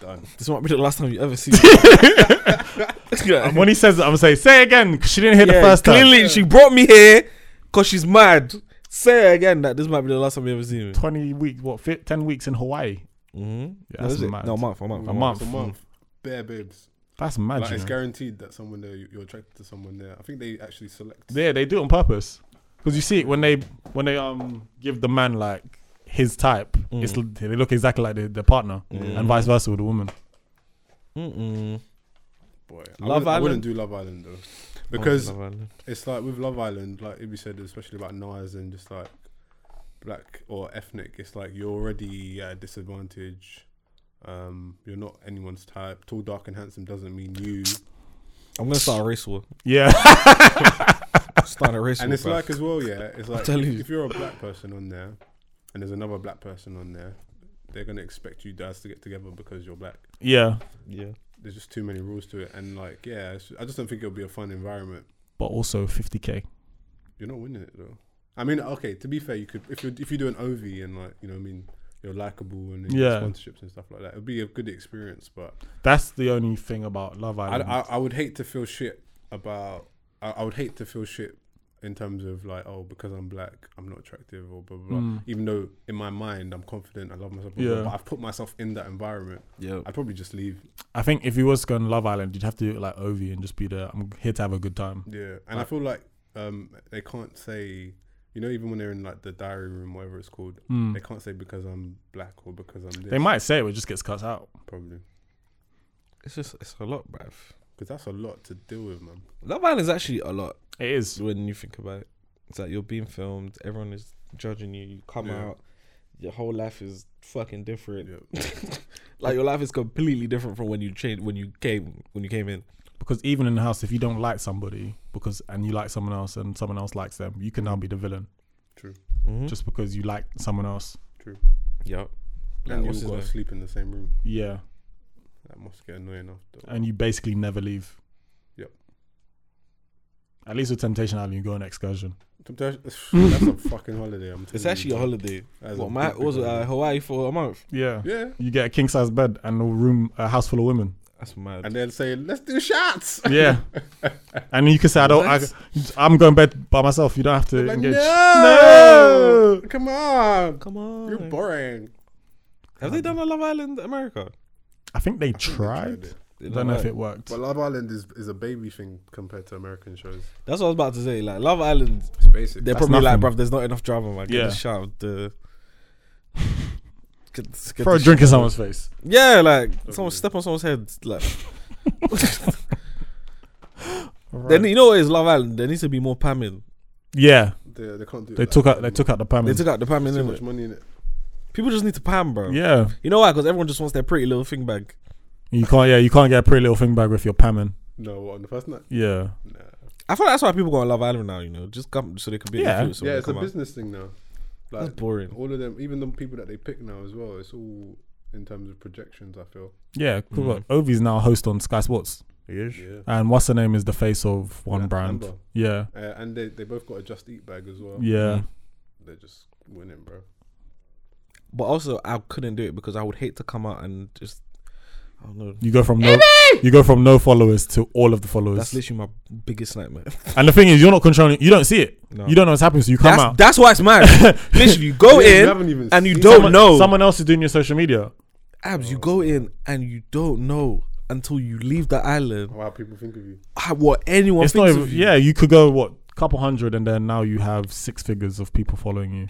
done.
This might be the last time you ever see.
and when he says that, I'm gonna say, "Say again," because she didn't hear the
Yeah,
first time.
clearly she brought me here because she's mad. Say again that this might be the last time you ever see me.
Twenty weeks, what? Fit, Ten weeks in Hawaii.
Mm-hmm.
Yeah, that's mad.
No, a month, a month.
A month.
It's a month. Bare babes.
That's mad.
Like,
you
it's
know?
guaranteed that someone there, you- you're attracted to someone there. I think they actually select.
Yeah, they do it on purpose. Because you see it when they when they um give the man like his type, it's l-
Mm.
they look exactly like the, the partner, and vice versa with the woman.
Mm-mm.
Boy, I,
Love
wouldn't, I wouldn't
Island?
do Love Island though, because
Love Island.
it's like with Love Island, like Ibi said, especially about Nas and just like black or ethnic. It's like you're already at a disadvantage. Um, you're not anyone's type. Tall, dark, and handsome doesn't mean you.
I'm gonna start a race war.
Yeah,
Start a race war.
And it's
bruv.
like as well, yeah. It's like
telling you.
if you're a black person on there, and there's another black person on there, they're gonna expect you guys to get together because you're black.
yeah.
yeah.
There's just too many rules to it, and like, yeah, it's, I just don't think it'll be a fun environment.
But also 50k.
You're not winning it though. I mean, okay. To be fair, you could if you if you do an OV and like you know, what I mean, you're likable and you
Yeah.
get sponsorships and stuff like that. It'd be a good experience, but
That's the only thing about Love
I,
Island.
I I would hate to feel shit about. I, I would hate to feel shit in terms of like, oh, because I'm black, I'm not attractive or blah
Mm.
blah. blah. Even though in my mind I'm confident, I love myself. blah, blah,
Yeah.
But I've put myself in that environment.
Yeah.
I'd probably just leave.
I think if you was going to Love Island, you'd have to do it like Ovi and just be there. I'm here to have a good time.
Yeah. And I feel like um they can't say. You know, even when they're in like the diary room, whatever it's called, they can't say because I'm black or because I'm this.
They might say it, but it just gets cut out.
probably
It's just it's a lot, bruv.
because that's a lot to deal with, man.
Love Island's actually a lot
It is.
when you think about it. It's like you're being filmed. Everyone is judging you. You come
Yeah.
out. Your whole life is fucking different.
Yeah.
Like your life is completely different from when you changed when you came when you came in.
Because even in the house, if you don't like somebody because and you like someone else and someone else likes them, you can now be the villain.
True.
Mm-hmm.
Just because you like someone else.
Yep.
And
what's
you've
his
got
name?
to sleep in the same room.
Yeah.
That must get annoying after.
And you basically never leave.
Yep.
At least with Temptation Island, you go on excursion.
Temptation- That's a fucking holiday. I'm telling
It's actually
you,
a
bro.
holiday.
That is
What
a
my
big, big
was it, uh,
holiday.
Hawaii for a month?
Yeah.
Yeah.
You get a king size bed and a room, a house full of women.
That's mad.
And they'll say, let's do shots.
Yeah. and you can say, I don't, I,
What?
I'm going bed by myself. You don't have to
Like,
engage.
no! Come on.
Come on.
You're boring.
Have they done a Love Island America?
I think they
tried
tried.
it.
They
I don't know if
like-
it worked.
But Love Island is, is a baby thing compared to American shows.
That's what I was about to say. Like Love Island,
It's basic.
they're
That's
probably like,
nothing.
bruv, there's not enough drama, man. Get
Yeah.
the shit out of the. Get, this- get
Throw a
this
drink
shit
in
out of-
someone's face.
Yeah, like someone step on someone's head. Like, then you know what is Love Island? There needs to be more pamming.
Yeah,
they, they can't do
they
it
took
like
out
that
they
anymore.
took out the pamming.
They took out the pamming.
too
innit?
much money in it.
People just need to pam, bro.
yeah,
You know why? Because everyone just wants their pretty little thing back.
you can't. Yeah, you can't get a pretty little thing back with your pamming.
No, what, on the first night?
Yeah,
Nah.
I feel like that's why people go on Love Island now. You know, just come so they can be
Yeah.
yeah. influencer.
yeah,
when they
it's a
come out.
business thing now.
That's
Like,
boring.
all of them, even the people that they pick now as well, it's all in terms of projections, I feel.
yeah.
Mm.
cool. Ovi's now a host on Sky Sports,
Yeah.
and what's her name is the face of one
Yeah,
brand.
Amber.
Yeah,
Uh, and they, they both got a Just Eat bag as well.
yeah.
Mm.
They're just winning, bro.
But also, I couldn't do it because I would hate to come out and just. I don't know.
You go from no, you go from no followers to all of the
That's
followers.
literally my biggest nightmare.
And the thing is, you're not controlling. You don't see it.
No.
You don't know what's happening, so you come
That's,
out.
that's why it's mad. literally, you go
Yeah, you
in
haven't even
and you
seen
don't
someone,
know.
someone else is doing your social media.
Abs, you go in and you don't know until you leave the island
How people think of you.
how- what anyone
it's not
thinks
even,
of you.
yeah you could go what couple hundred and then now you have six figures of people following you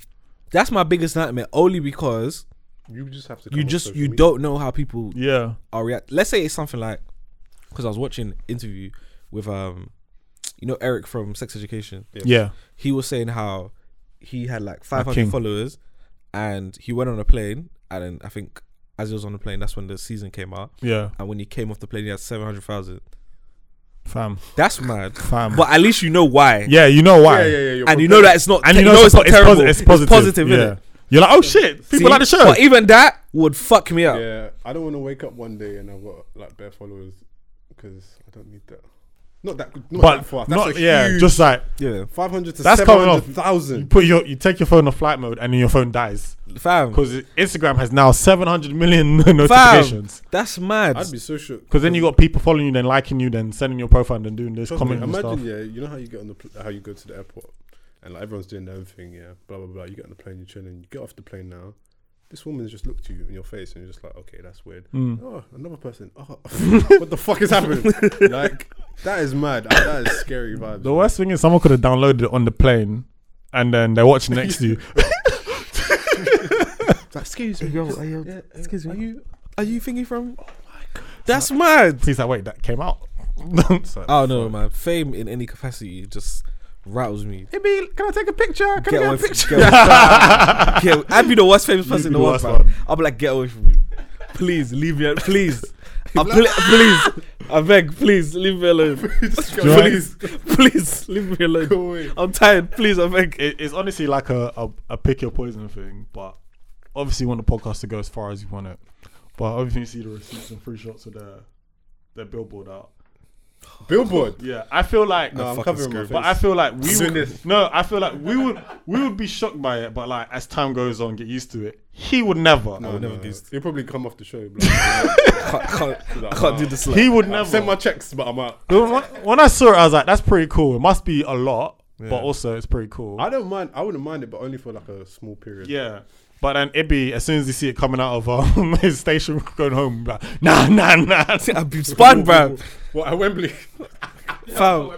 That's my biggest nightmare, only because
You just have to.
you
come off
just
social
you
media.
don't know how people
yeah
are react. Let's say it's something like because I was watching an interview with um, you know Eric from Sex Education.
yeah
he was saying how he had like
king.
500 followers and he went on a plane and then I think as he was on the plane, that's when the season came out.
Yeah,
And when he came off the plane, he had seven hundred thousand.
fam,
That's mad.
fam.
But at least you know why,
yeah, you know why.
you're
and you know that it's not.
And you know, it's,
not
po- it's,
terrible.
posi- it's positive.
positive,
yeah.
innit?
You're like, oh shit, people
See?
like the show.
But even that would fuck me up.
Yeah, I don't want to wake up one day and I've got like bare followers because I don't need that. Not that, not
But
that far. That's
not
a
yeah,
huge
just like
Yeah,
five hundred to
That's
seven
coming off.
hundred thousand.
put your you take your phone on flight mode and then your phone dies
fam.
because Instagram has now 700 million notifications.
That's mad.
I'd be so shook.
Because then you got people following you, then liking you, then sending your profile, and then doing this,
Trust me,
commenting and
imagine,
stuff.
yeah, you know how you get on the pl- how you go to the airport and like everyone's doing their own thing, yeah, blah blah blah. You get on the plane, you're chilling, you get off the plane now. This woman's just looked you in your face and you're just like, okay, that's weird.
Mm.
Oh, another person. Oh, what the fuck is happening? like that is mad. Uh, that is scary vibes.
The worst thing is someone could have downloaded it on the plane, and then they're watching next to you.
excuse me, yo, are you,
Yeah, uh,
excuse me. Oh
Are you?
are you thinking from? That's mad.
He's like, wait, that came out.
Uh,
Oh no, man. Fame in any capacity just rattles me.
can I take a picture?
Get away, from, get, away get away- I'd be the worst famous person in the
the
world.
worst
man. I'll be like, get away from me. Please leave me. al- Please, I pl- please, I beg, please leave me alone. please, please leave me alone. I'm tired. Please, I beg.
It, it's honestly like a, a, a pick your poison thing, but obviously you want the podcast to go as far as you want it. But obviously you see the receipts and free shots of their their billboard out.
Billboard.
Yeah, I feel like
No, I'm
fucking
covering my
screwed.
face.
But I feel like we
Doing
would,
this.
no, I feel like we would we would be shocked by it, but like as time goes on, get used to it. He would never.
no,
never
no,
do
no.
this.
He'll probably come off the show. be Like,
Can't, can't,
like,
can't do
"Nah,
this. Like.
He would
I've sent
never.
my checks, but I'm out.
When when I saw it, I was like, "That's pretty cool. It must be a lot, but also it's pretty cool."
I don't mind. I wouldn't mind it, but only for like a small period.
yeah. But then it'd be as soon as you see it coming out of um, his station going home, like, nah, nah, nah.
I'd be spun, bro.
What at Wembley?
Fam,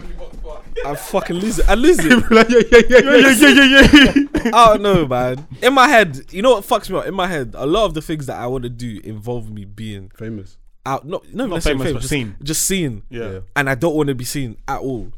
I fucking lose it. I lose it.
like, yeah, yeah, yeah,
yeah, yeah, yeah, yeah, yeah.
I don't know, man. In my head, you know what fucks me up? In my head, a lot of the things that I want to do involve me being
Famous.
out. Not, not,
Not
necessarily
famous,
famous,
but
just,
seen.
Just seen.
Yeah,
And I don't want to be seen at all.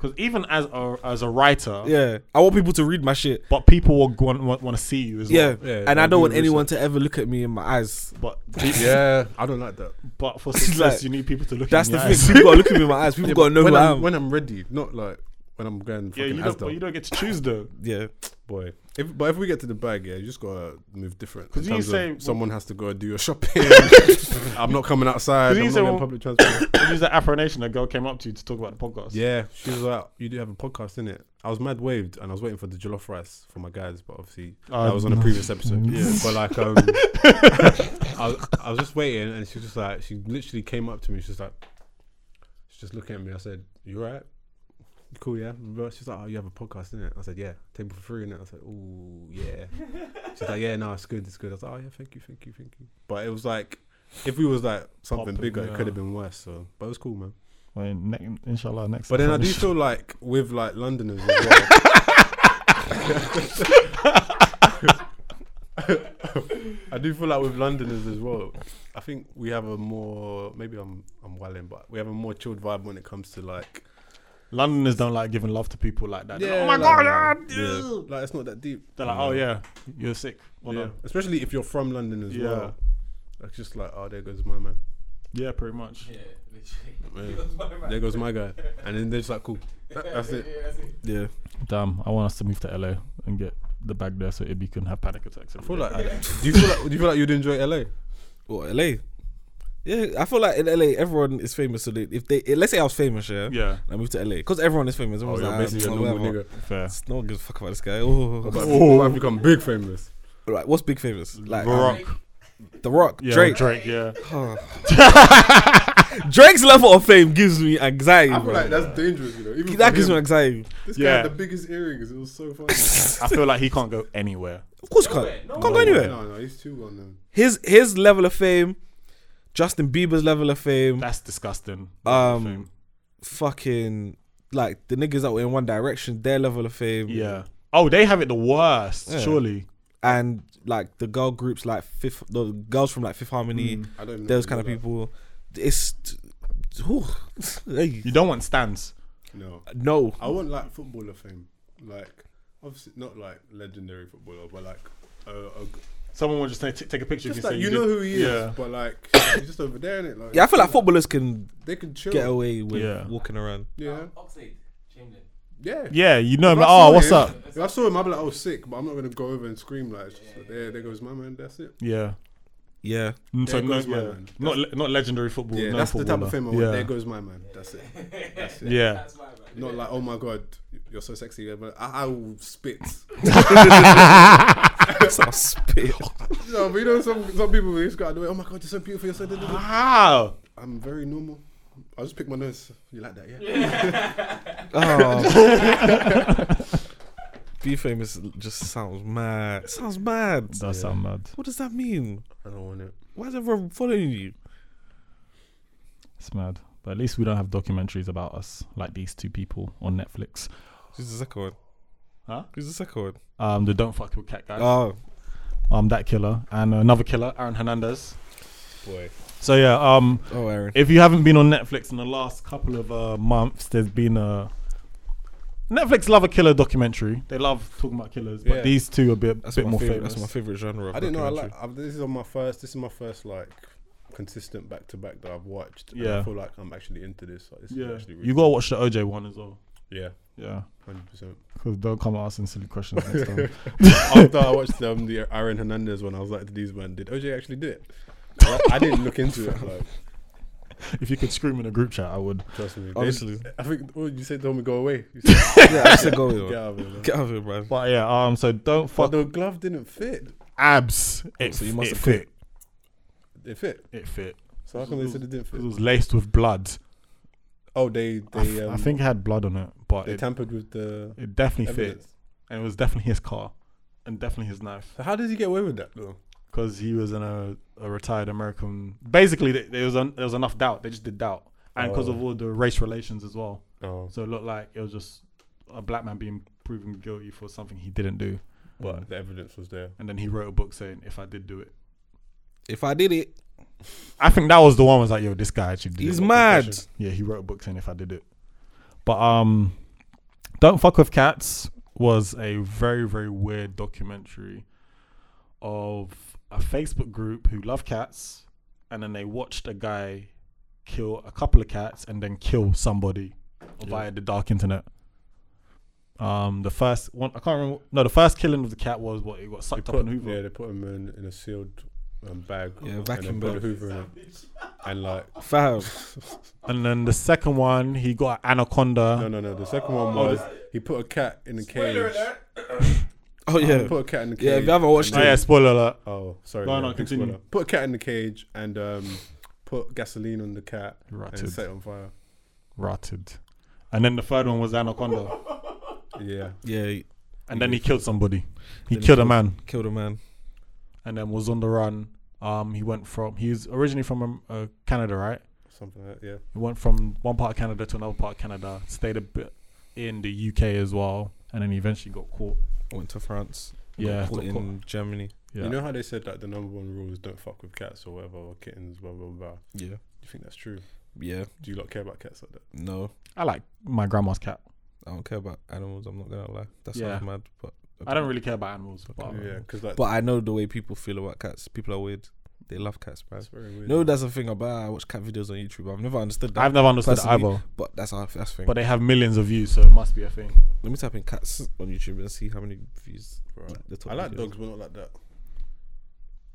because even as a as a writer,
Yeah. I want people to read my shit.
but people will want want, want to see you as
Yeah.
well.
Yeah,
and
yeah,
I don't
do
want
research.
anyone to ever look at me in my eyes.
But
Yeah, I don't like that.
but for
It's
success,
like-
you need people to look.
That's
in
the
your
thing.
eyes.
People gotta look at me in my eyes. People gotta know
when
who I
I'm,
am.
when I'm ready, not like when I'm going.
Yeah,
Fucking
you don't, but
Asda.
you don't get to choose though.
yeah.
boy. If, but if we get to the bag, yeah, you just gotta move different.
Because
Because
you
you
say-
someone has to go and do your shopping. I'm not coming outside.
you
I'm not
say
getting
when-
public transport.
It was that Afro Nation a girl came up to you to talk about the podcast.
yeah, she was like, "You do have a podcast, innit?" I was mad waved, and I was waiting for the jollof rice for my guys, but obviously
Oh,
that was on a
no.
previous episode. yeah, but like, um, I, was- I was just waiting, and she was just like, she literally came up to me. She's just like, she's just looking at me. I said, "You right?" Cool, yeah. But She's like, oh, you have a podcast, innit? I said, yeah. Table for three, innit? I said, ooh, yeah. She's like, yeah, no, it's good, it's good. I was like, oh, yeah, thank you, thank you, thank you. But it was like, if we was like something
Popping,
bigger,
yeah.
it could have been worse. So, but it was cool, man.
Well, ne- inshallah, next.
But then I
Afro
do
Nation.
feel like with like Londoners as well. I do feel like with Londoners as well. I think we have a more maybe I'm I'm wilding, but we have a more chilled vibe when it comes to like
Londoners don't like giving love to people like that. They're like,
Yeah,
oh my
like-
god, yeah.
yeah. like it's not that deep.
They're like, oh yeah, you're sick. Well
yeah.
done.
especially if you're from London as
Yeah.
well. Like just like oh there goes my man,
yeah, pretty much.
Yeah, literally.
Yeah. there goes my guy, and then they're just like cool. That- that's it.
Yeah, that's it.
Yeah.
Damn, I want us to move to LA and get the bag there so Ibby can have panic attacks.
I feel like I, do you feel like do you feel like you'd enjoy LA?
Or LA. Yeah, I feel like in LA everyone is famous. So they, if they let's say I was famous, yeah,
yeah,
and I moved to LA because everyone is famous.
Oh,
Everyone's
you're
like,
basically
"Ah,
a
whatever."
normal nigga.
fair.
No one gives a fuck about this guy. Oh,
But oh. I've become big famous.
Right, what's big favors? Like
The Rock,
um, The Rock,
yeah,
Drake.
Drake, yeah.
Huh. Drake's level of fame gives me anxiety,
I feel
bro.
like that's dangerous, you know. Even
that
for
gives me
him.
anxiety.
this guy
Yeah.
had the biggest earrings. It was so funny.
I feel like he can't go anywhere.
Of course, you can't. can't go anywhere.
No, no, he's too well known.
His his level of fame, Justin Bieber's level of fame,
That's disgusting.
Um, fucking like the niggas that were in One Direction, their level of fame,
yeah. Oh, they have it the worst.
Yeah.
Surely.
and like the girl groups like Fifth, the girls from like Fifth Harmony,
Mm.
I don't even know
those
who
kind of
that-
people. It's whew, hey,
You don't want stands.
No,
no,
I want like footballer fame, like obviously not like legendary footballer, but like a, a,
Someone will just take, take a picture
Just
of you.
like
say
you
did-
know who he is,
Yeah.
but like he's just over there, innit? Like
Yeah, I feel like footballers can
they can chill.
get away with
Yeah.
walking around.
Yeah,
Oxlade, Chamberlain.
yeah,
Yeah, you know him.
If I
Like, oh,
saw
what's
him-
up?
If I saw him, I'd be like, "Oh, sick," but I'm not gonna go over and scream like, it's just like, "There, there goes my man." That's it.
Yeah.
Yeah,
Mm, So
There
no,
goes my
yeah.
man.
not le- not legendary football.
Yeah,
no
that's the type of fame
footballer.
I want.
Yeah.
There goes my man. That's it. That's it.
Yeah.
That's why, man.
Not like, oh my god, you're so sexy. yeah, But I, I will spit.
so I spit.
no, but you know, some some people they just go out the way. Oh my god, you're so beautiful. You're so. da- da- da."
How?
I'm very normal. I just pick my nose. You like that, yeah?
Oh. Be famous just sounds mad. Sounds mad.
That sound mad.
What does that mean?
I don't want it.
Why is everyone following you?
It's mad. But at least we don't have documentaries about us like these two people on Netflix.
Who's the second one?
Huh?
Who's the second one?
Um, the Don't Fuck With Cat guy.
Oh,
um, that killer and another killer, Aaron Hernandez.
Boy.
So yeah, um,
oh, Aaron.
if you haven't been on Netflix in the last couple of uh, months, there's been a Netflix love a killer documentary. They love talking about killers, but
Yeah.
these two are a bit,
That's
bit
my
more
favorite.
famous.
That's my favorite genre. Of
I didn't know. I
documentary.
like. I've, this is on my first. This is my first like consistent back to back that I've watched. and
Yeah.
I feel like I'm actually into this. Like, this is actually
yeah,
really
you gotta watch the OJ one as well.
Yeah,
Yeah,
hundred percent.
because they'll come asking silly questions next time.
After I watched um, the Aaron Hernandez one, I was like, "Did these man did OJ actually do it?" I, I didn't look into it. Like,
if you could scream in a group chat, I would.
trust me. They-
Honestly,
I think. Oh, you said, "Don't we go away?" You said,
yeah, I said go
Get
with
out of here, man.
Get out of here, bruv.
But yeah, um, so don't
But
fuck
the glove didn't fit.
abs. It,
So you must
it
have
fit.
It fit.
It fit.
So how come they said it didn't
'Cause
fit?
It was laced with blood.
Oh, they
I f-
they. Um,
I think it had blood on it, but
they
it,
tampered with the
it definitely fit.
evidence.
and it was definitely his car and definitely his knife
So how did he get away with that though?
because he was in a, a retired American. Basically, th- there was un, there was enough doubt. They just did doubt, and because of all the race relations as well.
Oh,
So it looked like it was just a black man being proven guilty for something he didn't do.
but the evidence was there.
And then he wrote a book saying, "If I did do it."
If I did it,
I think that was the one was like, yo, this guy actually did
he's
it.
mad.
Yeah, he wrote a book saying if I did it. But um Don't Fuck with Cats was a very, very weird documentary of a Facebook group who love cats and then they watched a guy kill a couple of cats and then kill somebody via the dark internet. Um the first one I can't remember no, the first killing of the cat was what it got sucked up
put-
in Hoover.
Yeah, they put him in, in a sealed um, bag.
Yeah,
and
vacuum
then
bag.
put a Hoover in it. And like,
Fam,
And then the second one he got an anaconda.
no, no, no. The second one was he put a cat in a cage.
oh
He
yeah,
put a cat in the cage.
yeah. If you haven't watched
Oh
it,
yeah, spoiler alert.
Oh, sorry.
No,
man,
no,
big
continue.
spoiler. Put a cat in the cage and um, put gasoline on the cat and
Rotted.
set it on fire.
rotted. And then the third one was Anaconda.
Yeah.
yeah, he
And then he killed somebody. He
Then he
killed a
killed-
man
killed a man.
and then was on the run. Um, he went from he's originally from um, uh, Canada, right?
Something like that. Yeah.
He went from one part of Canada to another part of Canada. Stayed a bit in the UK as well, and then he eventually got caught.
Went to France. got
Yeah,
caught
got
in
caught.
Germany.
Yeah.
You know how they said like the number one rule is don't fuck with cats or whatever or kittens, blah blah blah. Do
Yeah,
you think that's true?
yeah.
Do you lot care about cats like that?
No,
I like my grandma's cat.
I don't care about animals. I'm not gonna lie. That sounds
Yeah.
mad, but
I don't really care about animals, but
Yeah, because like
But I know the way people feel about cats. People are weird. They love cats, man.
that's very weird.
No, that's the thing about I watch cat videos on YouTube. I've never understood that.
I've never understood it
Personally,
either.
But that's our that's the thing.
But they have millions of views, so it must be a thing.
Let me type in cats on YouTube and see how many views.
bro.
like, the top
I like
videos.
dogs, but not like that.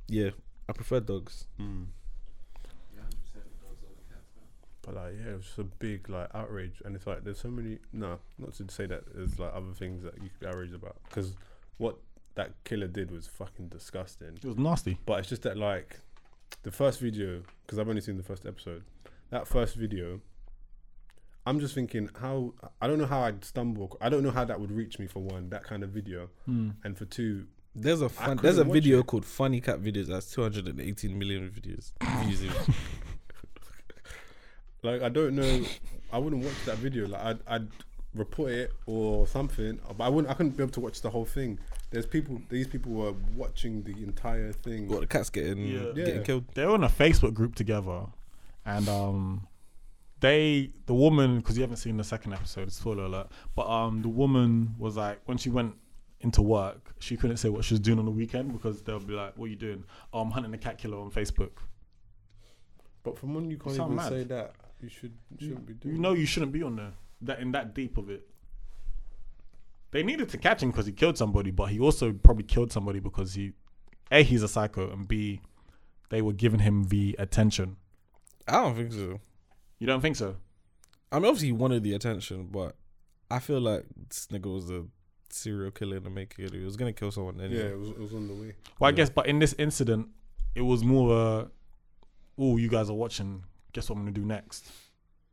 Yeah, I prefer dogs.
But like, yeah, it was just a big like outrage, and it's like there's so many. No, not to say that there's like other things that you could be outraged about, because what that killer did was fucking disgusting.
It was nasty.
But it's just that like the first video, because I've only seen the first episode. That first video, I'm just thinking how I don't know how I'd stumble. I don't know how that would reach me for one that kind of video,
Hmm.
and for two,
There's a fun, there's a
couldn't watch
video
it.
called Funny Cat Videos that's 218 million videos views. in.
like I don't know, I wouldn't watch that video. Like I'd, I'd report it or something, but I wouldn't. I couldn't be able to watch the whole thing. There's people. These people were watching the entire thing.
What the cat's getting
Yeah.
getting
Yeah.
killed?
they were in a Facebook group together, and um, they the woman because you haven't seen the second episode, it's spoiler alert. But um, the woman was like when she went into work, she couldn't say what she was doing on the weekend because they'll be like, "What are you doing? Oh, I'm hunting a cat killer on Facebook."
But from when you can't
sound
even
mad.
say that, you should shouldn't be doing.
You know you shouldn't be on there. That in that deep of it. They needed to catch him because he killed somebody, but he also probably killed somebody because he, a he's a psycho, and b, they were giving him the attention.
I don't think so.
You don't think so?
I mean, obviously he wanted the attention, but I feel like this nigga was a serial killer in the making. He was gonna kill someone
Yeah,
anyway.
it was, it was on the way.
Well, I
Yeah.
guess, but in this incident, it was more a, oh, you guys are watching. Guess what I'm gonna do next.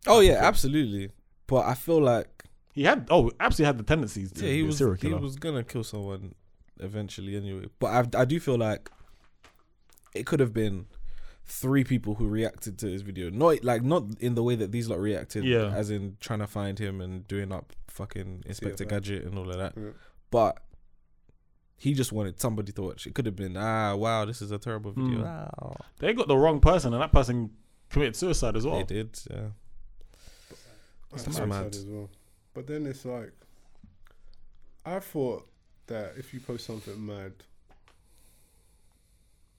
Oh yeah, absolutely. But I feel like
He had oh, absolutely had the tendencies to
yeah, he
be a
was
serial
he
killer.
was gonna kill someone eventually anyway. But I I do feel like it could have been three people who reacted to his video. Not like not in the way that these lot reacted.
Yeah.
As in trying to find him and doing up fucking Inspector
CSI.
Gadget and all of that.
Yeah.
But he just wanted somebody to watch. It could have been ah wow this is a terrible video. Ah,
Mm.
Wow.
they got the wrong person, and that person committed suicide as well.
They did. Yeah.
That's
That's
mad.
mad.
as well. But then it's like, I thought that if you post something mad,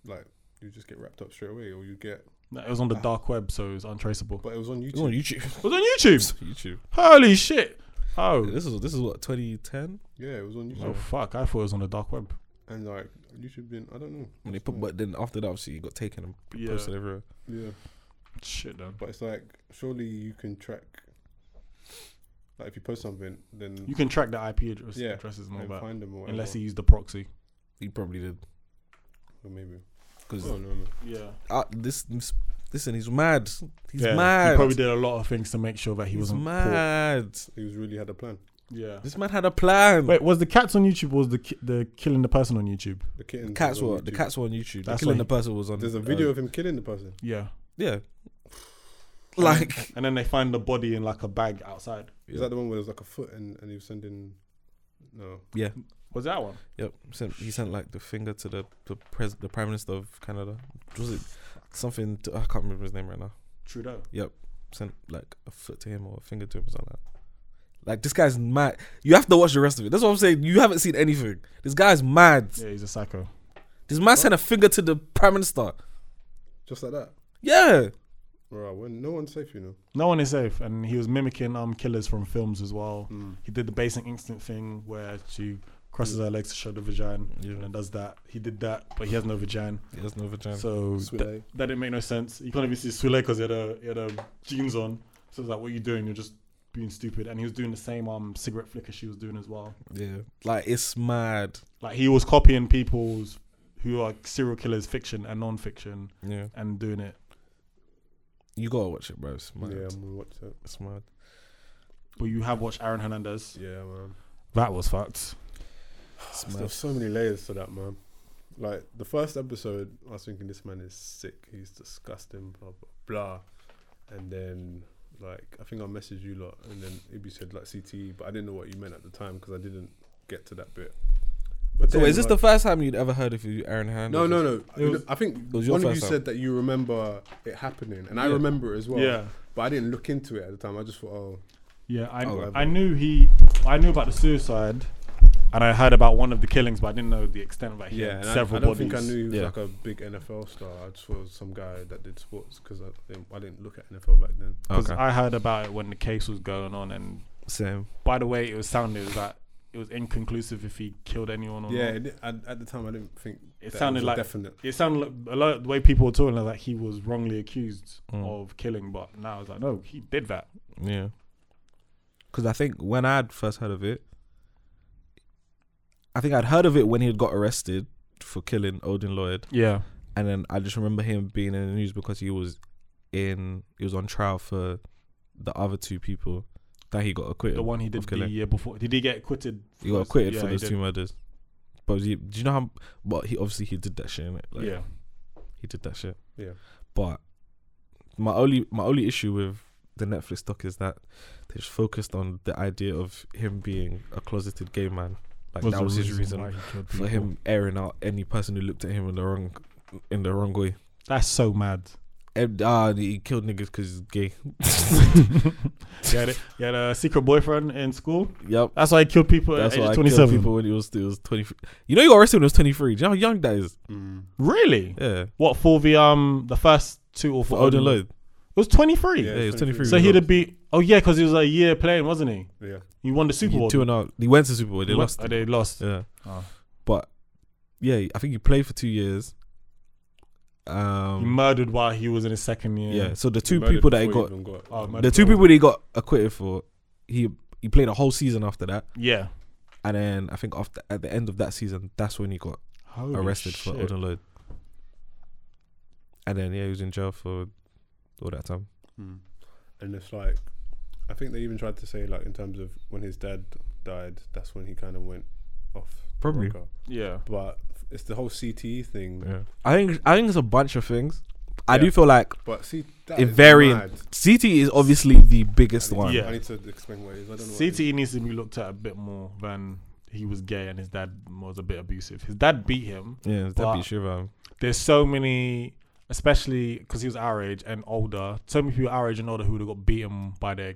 like you just get wrapped up straight away, or you get.
No, It was on the dark web, so it was untraceable.
But it was on YouTube.
It was on YouTube.
It was on YouTube.
YouTube.
Holy shit! Oh,
This is this is what 2010
Yeah, it was on YouTube,
oh fuck! I thought it was on the dark web.
Oh.
and like YouTube didn't. I don't know.
when they put. But then after that, obviously, it got taken and
Hmm. Yeah.
posted everywhere.
Yeah,
Shit, then
but it's like surely you can track. Like if you post something, then
you can track the IP address,
Yeah.
addresses and all
can
that,
find them or whatever.
unless he used the proxy.
He probably did
or maybe. Oh,
because
I don't know. Man.
Yeah,
uh, this, this listen, he's mad. He's
yeah.
mad.
He probably did a lot of things to make sure that he
he's
wasn't.
mad.
He was really had a plan.
Poor. Yeah.
This man had a plan.
Wait, was the cats on YouTube? Or was the ki- the killing the person on YouTube?
The kittens.
the
was
cats
on
were the
YouTube.
cats were on YouTube. The
That's
killing
why
the person was on.
There's a video
uh,
of him killing the person.
Yeah.
yeah. Like
And then they find the body in like a bag outside.
Is that the one where there's like a foot and, and he was sending? No,
yeah,
Was that one?
yep. Sent, he sent like the finger to the the, pres, the prime minister of Canada. Was it something? To, I can't remember his name right now.
Trudeau.
Sent like a foot to him or a finger to him or something. Like, that. like this guy's mad. You have to watch the rest of it. That's what I'm saying. You haven't seen anything. This guy's mad.
Yeah, he's a psycho.
This man sent a finger to the prime minister.
just like that.
Yeah.
Right, when no one's safe, you know.
No one is safe, and he was mimicking um killers from films as well.
Hmm,
Mm.
He did the basic instinct thing where she crosses her legs to show the vagina
Yeah.
and does that. He did that, but he has no vagina,
He has no vagina.
so
Sweet
th- that didn't make no sense. You can't even see Swile because he had a he had a jeans on. So it's like, what are you doing? You're just being stupid. And he was doing the same um cigarette flicker she was doing as well.
yeah. Like it's mad.
Like he was copying people's who are serial killers, fiction and non-fiction,
Yeah.
and doing it.
You gotta watch it, bro. It's mad.
Yeah, I'm gonna watch that.
It's mad.
But you have watched Aaron Hernandez.
Yeah, man.
That was fucked.
It's
So
mad.
There's so many layers to that, man. Like the first episode, I was thinking this man is sick. He's disgusting. Blah blah blah. And then, like, I think I messaged you lot, and then Ibi said like CTE, but I didn't know what you meant at the time because I didn't get to that bit. But
So wait, is this
like-
the first time you'd ever heard of you, Aaron Hernandez?
No, no, no.
It was-
I think
was
one
your
of you
first time.
said that you remember it happening, and I
Yeah.
remember it as well.
Yeah.
But I didn't look into it at the time. I just thought, oh,
Yeah, I,
Oh,
I
okay.
knew he, I knew about the suicide, and I heard about one of the killings, but I didn't know the extent of it. He
yeah.
had
And
several
I, I don't
bodies.
think I knew he was
Yeah.
like a big NFL star. I just thought it was some guy that did sports because I, didn't- I didn't look at NFL back then.
'Cause I heard about it when the case was going on, and
Same.
by the way, it was sounded that it was inconclusive if he killed anyone or
Yeah,
not.
it, di- at, at the time I didn't think
It
that
sounded
was
like
definite.
it sounded like a lot of the way people were talking like he was wrongly accused
Mm.
of killing, but now it's like no, he did that.
Yeah. Because I think when I'd first heard of it, I think I'd heard of it when he had got arrested for killing Odin Lloyd,
Yeah,
and then I just remember him being in the news because he was in he was on trial for the other two people that he got acquitted.
the one he did
Of
the
killing.
year before. Did he get acquitted?
He got
first?
acquitted
Yeah,
for
he
those
did.
two murders. But he, do you know how? But he obviously he did that shit. Innit? Like,
yeah,
he did that shit.
Yeah.
But my only my only issue with the Netflix doc is that they just focused on the idea of him being a closeted gay man. Like that
the
was his reason
why he killed
for
people.
him airing out any person who looked at him in the wrong in the wrong way.
That's so mad.
Ed- Ah, he killed niggas because he's gay.
You had, a, you had a secret boyfriend in school.
Yep.
That's why he killed people
That's
at
why
age
I
twenty
killed
seven.
people when he was, he was 23. You know, you got arrested when he was 23. Do you know how young that is?
mm,
Really?
Yeah.
What for the um the first two or
For
for
Odin
Odin?
Lloyd.
It was twenty three.
Yeah, he was 23.
So he'd have been. Oh yeah, because he was a year playing, wasn't he?
Yeah.
He won the Super Bowl.
He, two and a half. He went to Super Bowl. They lost.
Oh, they lost.
Yeah.
Oh.
But yeah, I think he played for two years.
He
Um.
murdered while he was in his second year.
Yeah. So the
He
two
murdered
people that he
before
got,
he even got.
Oh, murdered
the two
while-
people that he got acquitted for, he he played a whole season after that,
Yeah.
and then I think after at the end of that season, that's when he got
Holy
arrested for
shit.
Odin Lloyd. And then yeah, he was in jail for all that time.
and it's like I think they even tried to say like in terms of when his dad died, that's when he kind of went off the
Probably.
rocker.
Yeah.
But it's the whole CTE thing.
Yeah. I think I think it's a bunch of things. I
Yeah.
do feel like
But see, that
in
is
varying
mad.
CT is obviously the biggest
I need-
one.
Yeah. E
I need to explain what it is. I don't know. what it is.
CTE needs to be looked at a bit more than he was gay and his dad was a bit abusive. His dad beat him.
Yeah, that'd
But-
be Shiva.
There's so many, especially because he was our age and older. So many people our age and older who would have got beaten by their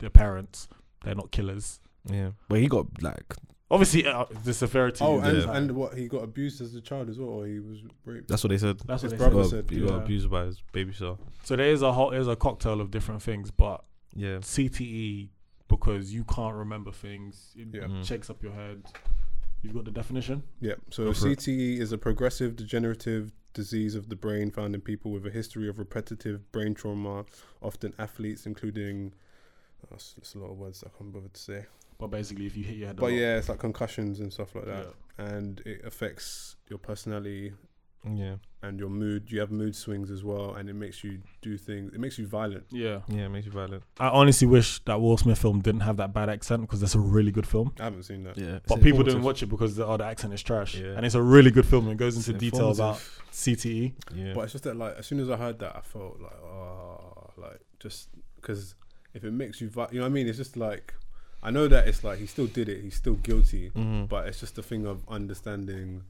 their parents. They're not killers.
Yeah, but he got like
Obviously, uh, the severity.
Oh,
is
and,
high.
and what he got abused as a child as well, or he was raped.
that's what they said.
that's what
his
they
He
said.
brother
got,
said,
he got
yeah.
abused by his baby cell.
So there is a whole, there's a cocktail of different things, but
Yeah,
CTE because you can't remember things. It
Yeah.
Mm.
shakes up your head. You've got the definition.
Yeah. So
Go for it.
CTE is a progressive degenerative disease of the brain found in people with a history of repetitive brain trauma, often athletes, including. oh, That's, that's a lot of words I can't bother to say.
But basically, if you hit your head, a
But
lot,
yeah, it's like concussions and stuff like that, and it affects your personality
yeah,
and your mood. You have mood swings as well, and it makes you do things. It makes you violent.
yeah.
yeah. It makes you violent.
I honestly wish that Will Smith film didn't have that bad accent because that's a really good film.
I haven't seen that.
Yeah,
But people didn't watch it because the other accent is trash.
Yeah.
And it's a really good film. It goes into detail about E. CTE.
Yeah,
But it's just that, like, as soon as I heard that, I felt like, oh, like, just because if it makes you, vi- you know what I mean? It's just like, I know that it's like he still did it, he's still guilty,
Mhm.
but it's just a thing of understanding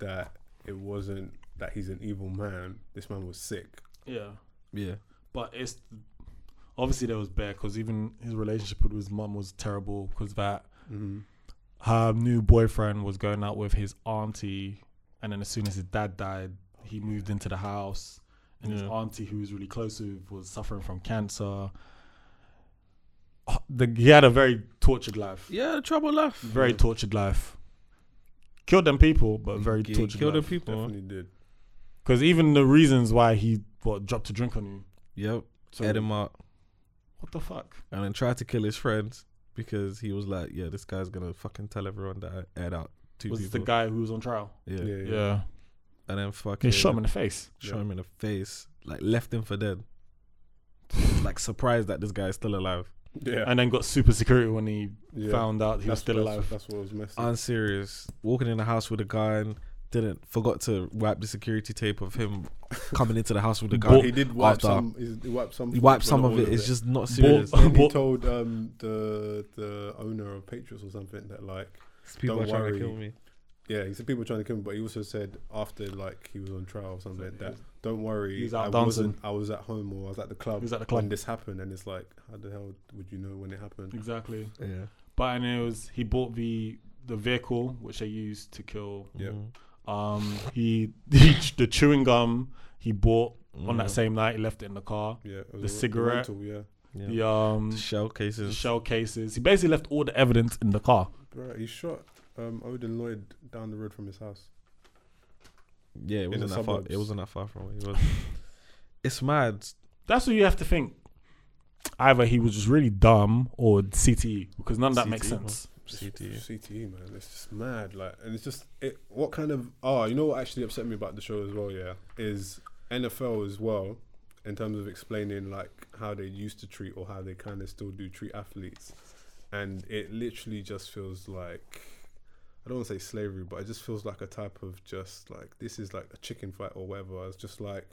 that it wasn't that he's an evil man. This man was sick.
Yeah.
yeah,
But it's obviously there was bad because even his relationship with his mum was terrible because that her new boyfriend was going out with his auntie. And then as soon as his dad died, he moved into the house. And his
Yeah.
auntie, who he was really close with, was suffering from cancer. Oh, The, he had a very tortured life.
yeah. Trouble left.
very tortured life. Killed them people, but very
He
tortured.
killed
Killed
them
life.
people.
Definitely did.
Because even the reasons why he what dropped a drink on you.
Yep,
So
Ed him up
what the fuck?
and then tried to kill his friends because he was like, yeah, this guy's gonna fucking tell everyone that I Ed out two
Was
people.
the guy who was on trial?
yeah.
Yeah,
Yeah.
yeah.
and then fucking
They shot him in the face.
shot him in the face, like left him for dead. like surprised that this guy is still alive.
Yeah.
And then got super security when he
Yeah.
found out he was
That's-
still
that's-
alive.
That's what was messed up.
unserious. Walking in the house with a gun, didn't forgot to wipe the security tape of him coming into the house with a gun.
he did wipe
after-
some. he's- He wiped some.
He wiped
but
some
not
of
all
it. It's just not
Bought-
serious.
Then he
bought-
told um, the the owner of Patriots or something that like
People
don't
are trying
worry.
to kill me.
Yeah, he said people were trying to kill him, but he also said after like he was on trial or something like that. Don't worry,
He's out
I
dancing.
wasn't. I was at home or I was at the club.
He was at the
when
club.
this happened, and it's like, how the hell would you know when it happened?
Exactly.
Yeah.
But and it was he bought the the vehicle which they used to kill.
Yeah.
Um. He, he the chewing gum he bought on that
Mhm.
same night. He left it in the car.
Yeah, it was
The
re-
cigarette.
rental, yeah,
Yeah.
The um.
Shell
the
cases.
shell cases. He basically left all the evidence in the car.
Bruh, he shot um, Odin Lloyd down the road from his house.
Yeah, it
the
wasn't that far. It
suburbs.
wasn't that far from where he was. it's mad.
That's what you have to think. Either he was just really dumb or CTE because none of that makes
CTE,
sense.
It's
CTE.
CTE, E, man, it's just mad. Like, and it's just it. What kind of? Oh, you know what actually upset me about the show as well. Yeah, is NFL as well, in terms of explaining like how they used to treat or how they kind of still do treat athletes, and it literally just feels like. I don't want to say slavery, but it just feels like a type of just like this is like a chicken fight or whatever. It's just like,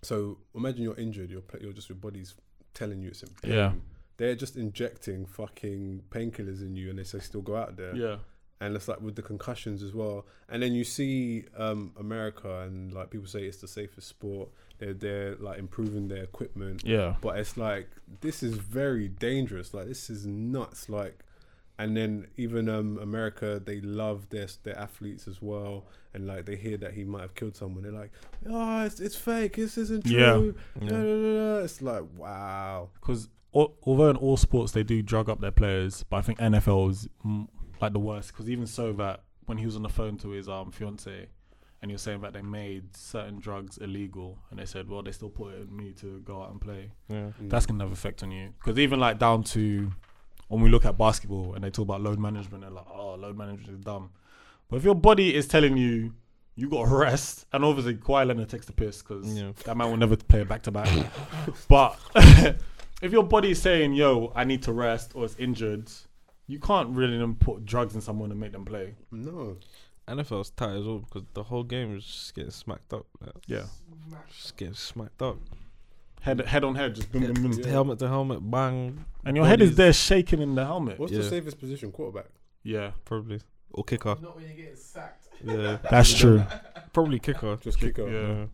so imagine you're injured, you're you're just your body's telling you it's in pain
Yeah.
they're just injecting fucking painkillers in you and they say still go out there
Yeah.
and it's like with the concussions as well. And then you see um, America and like people say it's the safest sport. They're they're like improving their equipment.
Yeah.
But it's like this is very dangerous. Like this is nuts. Like, and then even um America, they love their their athletes as well. And like they hear that he might have killed someone, they're like, oh, it's, it's fake. This isn't true.
Yeah.
Da, da, da, da." It's like wow.
because although in all sports they do drug up their players, but I think NFL is mm, like the worst. Because even so, that when he was on the phone to his um fiance, and he was saying that they made certain drugs illegal, and they said, well, they still put it in me to go out and play.
Yeah.
That's gonna have effect on you. Because even like down to when we look at basketball and they talk about load management, they're like, oh, load management is dumb. But if your body is telling you you got to rest, and obviously Kawhi Leonard takes the piss because
Yeah.
that man will never play back to back. But if your body is saying, yo, I need to rest or it's injured, you can't really then put drugs in someone and make them play.
No.
NFL's tight as well because the whole game is just getting smacked up. Like,
Yeah.
just getting smacked up.
Head head on head, just boom, boom, boom.
Helmet to helmet, bang,
And your head is
Bodies.
there shaking in the helmet.
What's
Yeah.
the safest position? Quarterback.
Yeah.
probably. Or kicker.
Not when you get sacked.
Yeah.
That's true.
probably kicker.
Just kick up.
Yeah.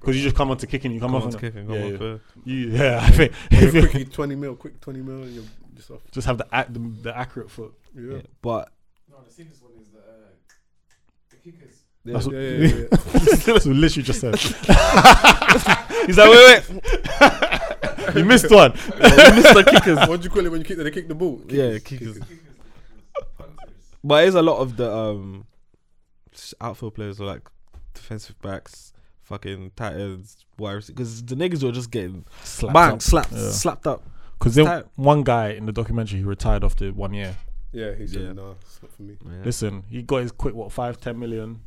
Because you just come on to kicking, you come,
Come
off
on,
on it.
kicking. Come
Yeah,
on,
yeah.
fair.
You, yeah, I think if you
quick 20 mil, quick 20 mil, and you're just off.
just have the, ac- the the accurate foot.
Yeah.
Yeah, But
No, the safest one is the uh, the kickers.
Yeah,
That's
yeah,
what-
yeah, yeah, yeah.
That's what literally just said. He's like, wait, wait, you missed one.
what do you call it when you kick? They kick the ball.
yeah, kickers. But it is a lot of the um s- outfield players are like defensive backs, fucking tight ends, wide because the niggas were just getting
Slapped
bang, slapped,
Yeah.
slapped up.
Because then
Tight.
one guy in the documentary he retired after one year.
Yeah, he said,
Yeah.
"Nah, it's not for me."
Listen, he got his quick what five ten million,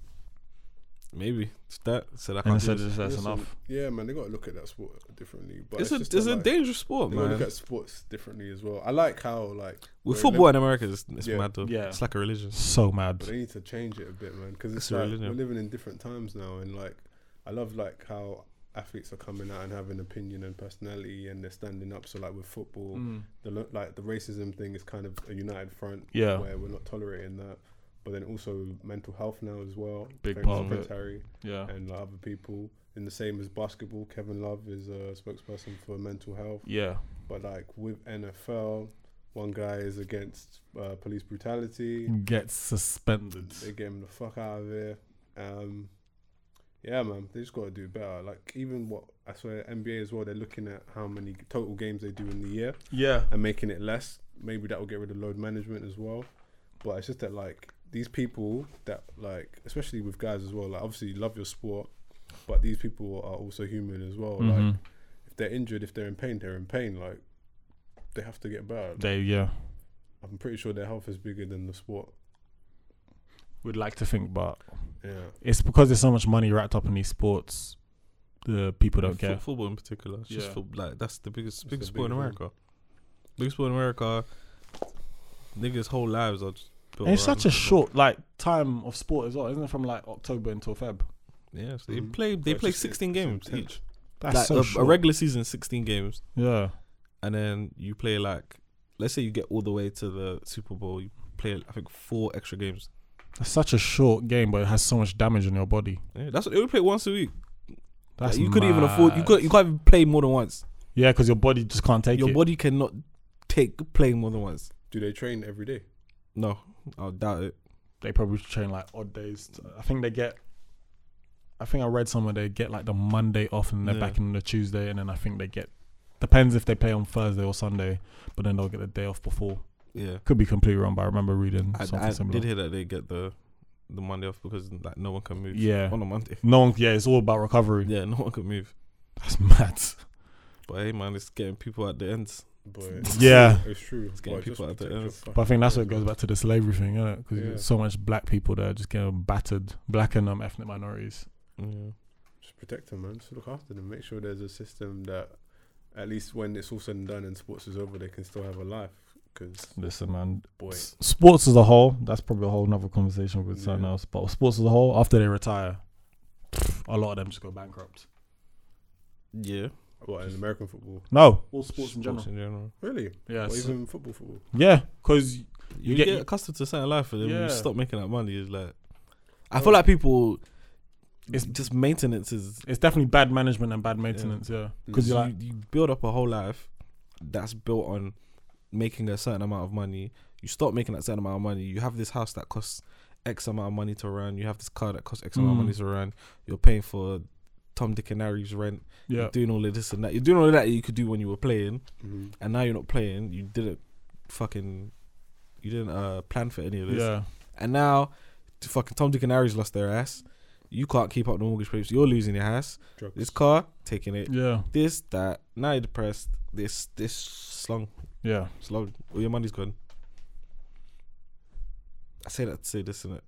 Maybe it's that said I
and he
can't. do
said
this.
that's
Listen,
enough.
Yeah, man, they got to look at that sport differently. But
It's,
it's,
a
just
it's
that,
a
like,
dangerous sport,
They got to look
man.
at sports differently as well. I like how like
With
where
football
Liv-
in America, it's, it's
Yeah.
mad though.
Yeah.
It's like a religion.
So mad.
but they need to change it a bit, man, because
It's
it's
a
like
religion.
we're living in different times now, and like I love like how athletes are coming out and having opinion and personality, and they're standing up. So like with football,
Mm.
the lo- like the racism thing is kind of a united front.
Yeah.
where we're not tolerating that. But then also mental health now as well.
Big
thanks
part
to
of
Prince
it.
Harry
Yeah,
and like, other people. And the same as basketball. Kevin Love is a spokesperson for mental health.
yeah,
But like with NFL, one guy is against uh, police brutality.
get suspended.
They get him the fuck out of here. Um, yeah, man, they just got to do better. Like even what I swear NBA as well. They're looking at how many total games they do in the year
Yeah,
and making it less. Maybe that will get rid of load management as well. But it's just that like these people that like, especially with guys as well. Like obviously you love your sport, but these people are also human as well. Like
Mm-hmm.
Mhm.
if they're injured, if they're in pain, they're in pain. Like they have to get better.
they yeah.
I'm pretty sure their health is bigger than the sport.
We'd like to think, but
Yeah.
it's because there's so much money wrapped up in these sports. The people don't
Fo-
care.
Football in particular. It's just
Yeah.
foot- like that's the biggest
It's
biggest
the
sport in
big one.
America. Biggest sport in America. Niggas' whole lives are just built
And it's
around
such a
football.
short like time of sport as well, isn't it? From like October until Feb.
Yeah, so they
Mhm.
play they
But
play
it's just-
sixteen
it's
games
intense.
each.
That's
like
so
a- a,
short.
regular season, sixteen games,
Yeah,
and then you play like, let's say you get all the way to the Super Bowl, you play I think four extra games.
that's such a short game, but it has so much damage on your body.
Yeah, that's they would play once a week. Like,
That's
you couldn't even afford. You
mad.
could you can't even play more than once.
Yeah, because your body just can't take
Your
it.
body cannot take playing more than once.
Do they train every day?
No, I doubt it.
they probably train like odd days. I think they get. I think I read somewhere they get like the Monday off and they're
Yeah.
back in the Tuesday, and then I think they get. Depends if they play on Thursday or Sunday, but then they'll get the day off before.
Yeah,
Could be completely wrong, but I remember reading
I,
something
I
similar.
did hear that they get the the Monday off because like no one can move.
Yeah.
on a Monday.
No one, yeah, it's all about recovery.
Yeah, no one can move.
That's mad.
But hey, man, it's getting people at the ends.
But
Yeah.
it's true.
It's getting
Boy, just
people out there.
protect your
But I
fucking
think that's what
health.
goes back to the slavery thing, isn't it? Because
Yeah.
so much black people that are just getting battered, black and um, ethnic minorities.
Yeah.
Just protect them, man. Just look after them. Make sure there's a system that, at least when it's all said and done and sports is over, they can still have a life. Because
Listen, man,
boy,
s- sports as a whole, that's probably a whole nother conversation with something
Yeah.
else. But sports as a whole, after they retire, a lot of them just go bankrupt.
Yeah.
What in American football?
No, all sports in general.
Sports in general.
Really?
Yeah,
Or
s-
even football? Football?
yeah, because you,
You,
get,
get, accustomed to certain life, and then when
Yeah.
you stop making that money, it's like I feel like people.
It's-
It's just maintenance is
it's definitely bad management and bad maintenance. Yeah, because
you,
you're like,
you build up a whole life that's built on making a certain amount of money. You stop making that certain amount of money. You have this house that costs X amount of money to run. You have this car that costs X amount
Mm.
of money to run. You're paying for Tom Dick and Harry's rent.
yeah,
You're doing all of this and that. You're doing all of that you could do when you were playing,
Mhm.
and now you're not playing. You didn't fucking, you didn't uh, plan for any of this.
yeah,
And now, t- fucking Tom Dick and Harry's lost their ass. You can't keep up the mortgage payments. You're losing your ass.
Drugs.
This car taking it
yeah,
this, that, now you're depressed, this, this, slung,
yeah.
slung, all your money's gone. I say that to say this, innit?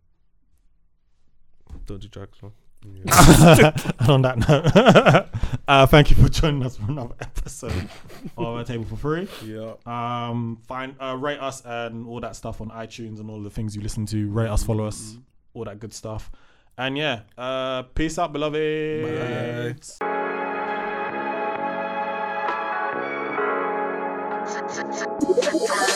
Don't do drugs, man.
Yeah.
and on that note, uh, thank you for joining us for another episode of Our Table for Free.
yeah.
Um, find uh, rate us and all that stuff on iTunes and all the things you listen to. Rate us, follow us, all that good stuff. And yeah, uh, peace out, beloved.
Time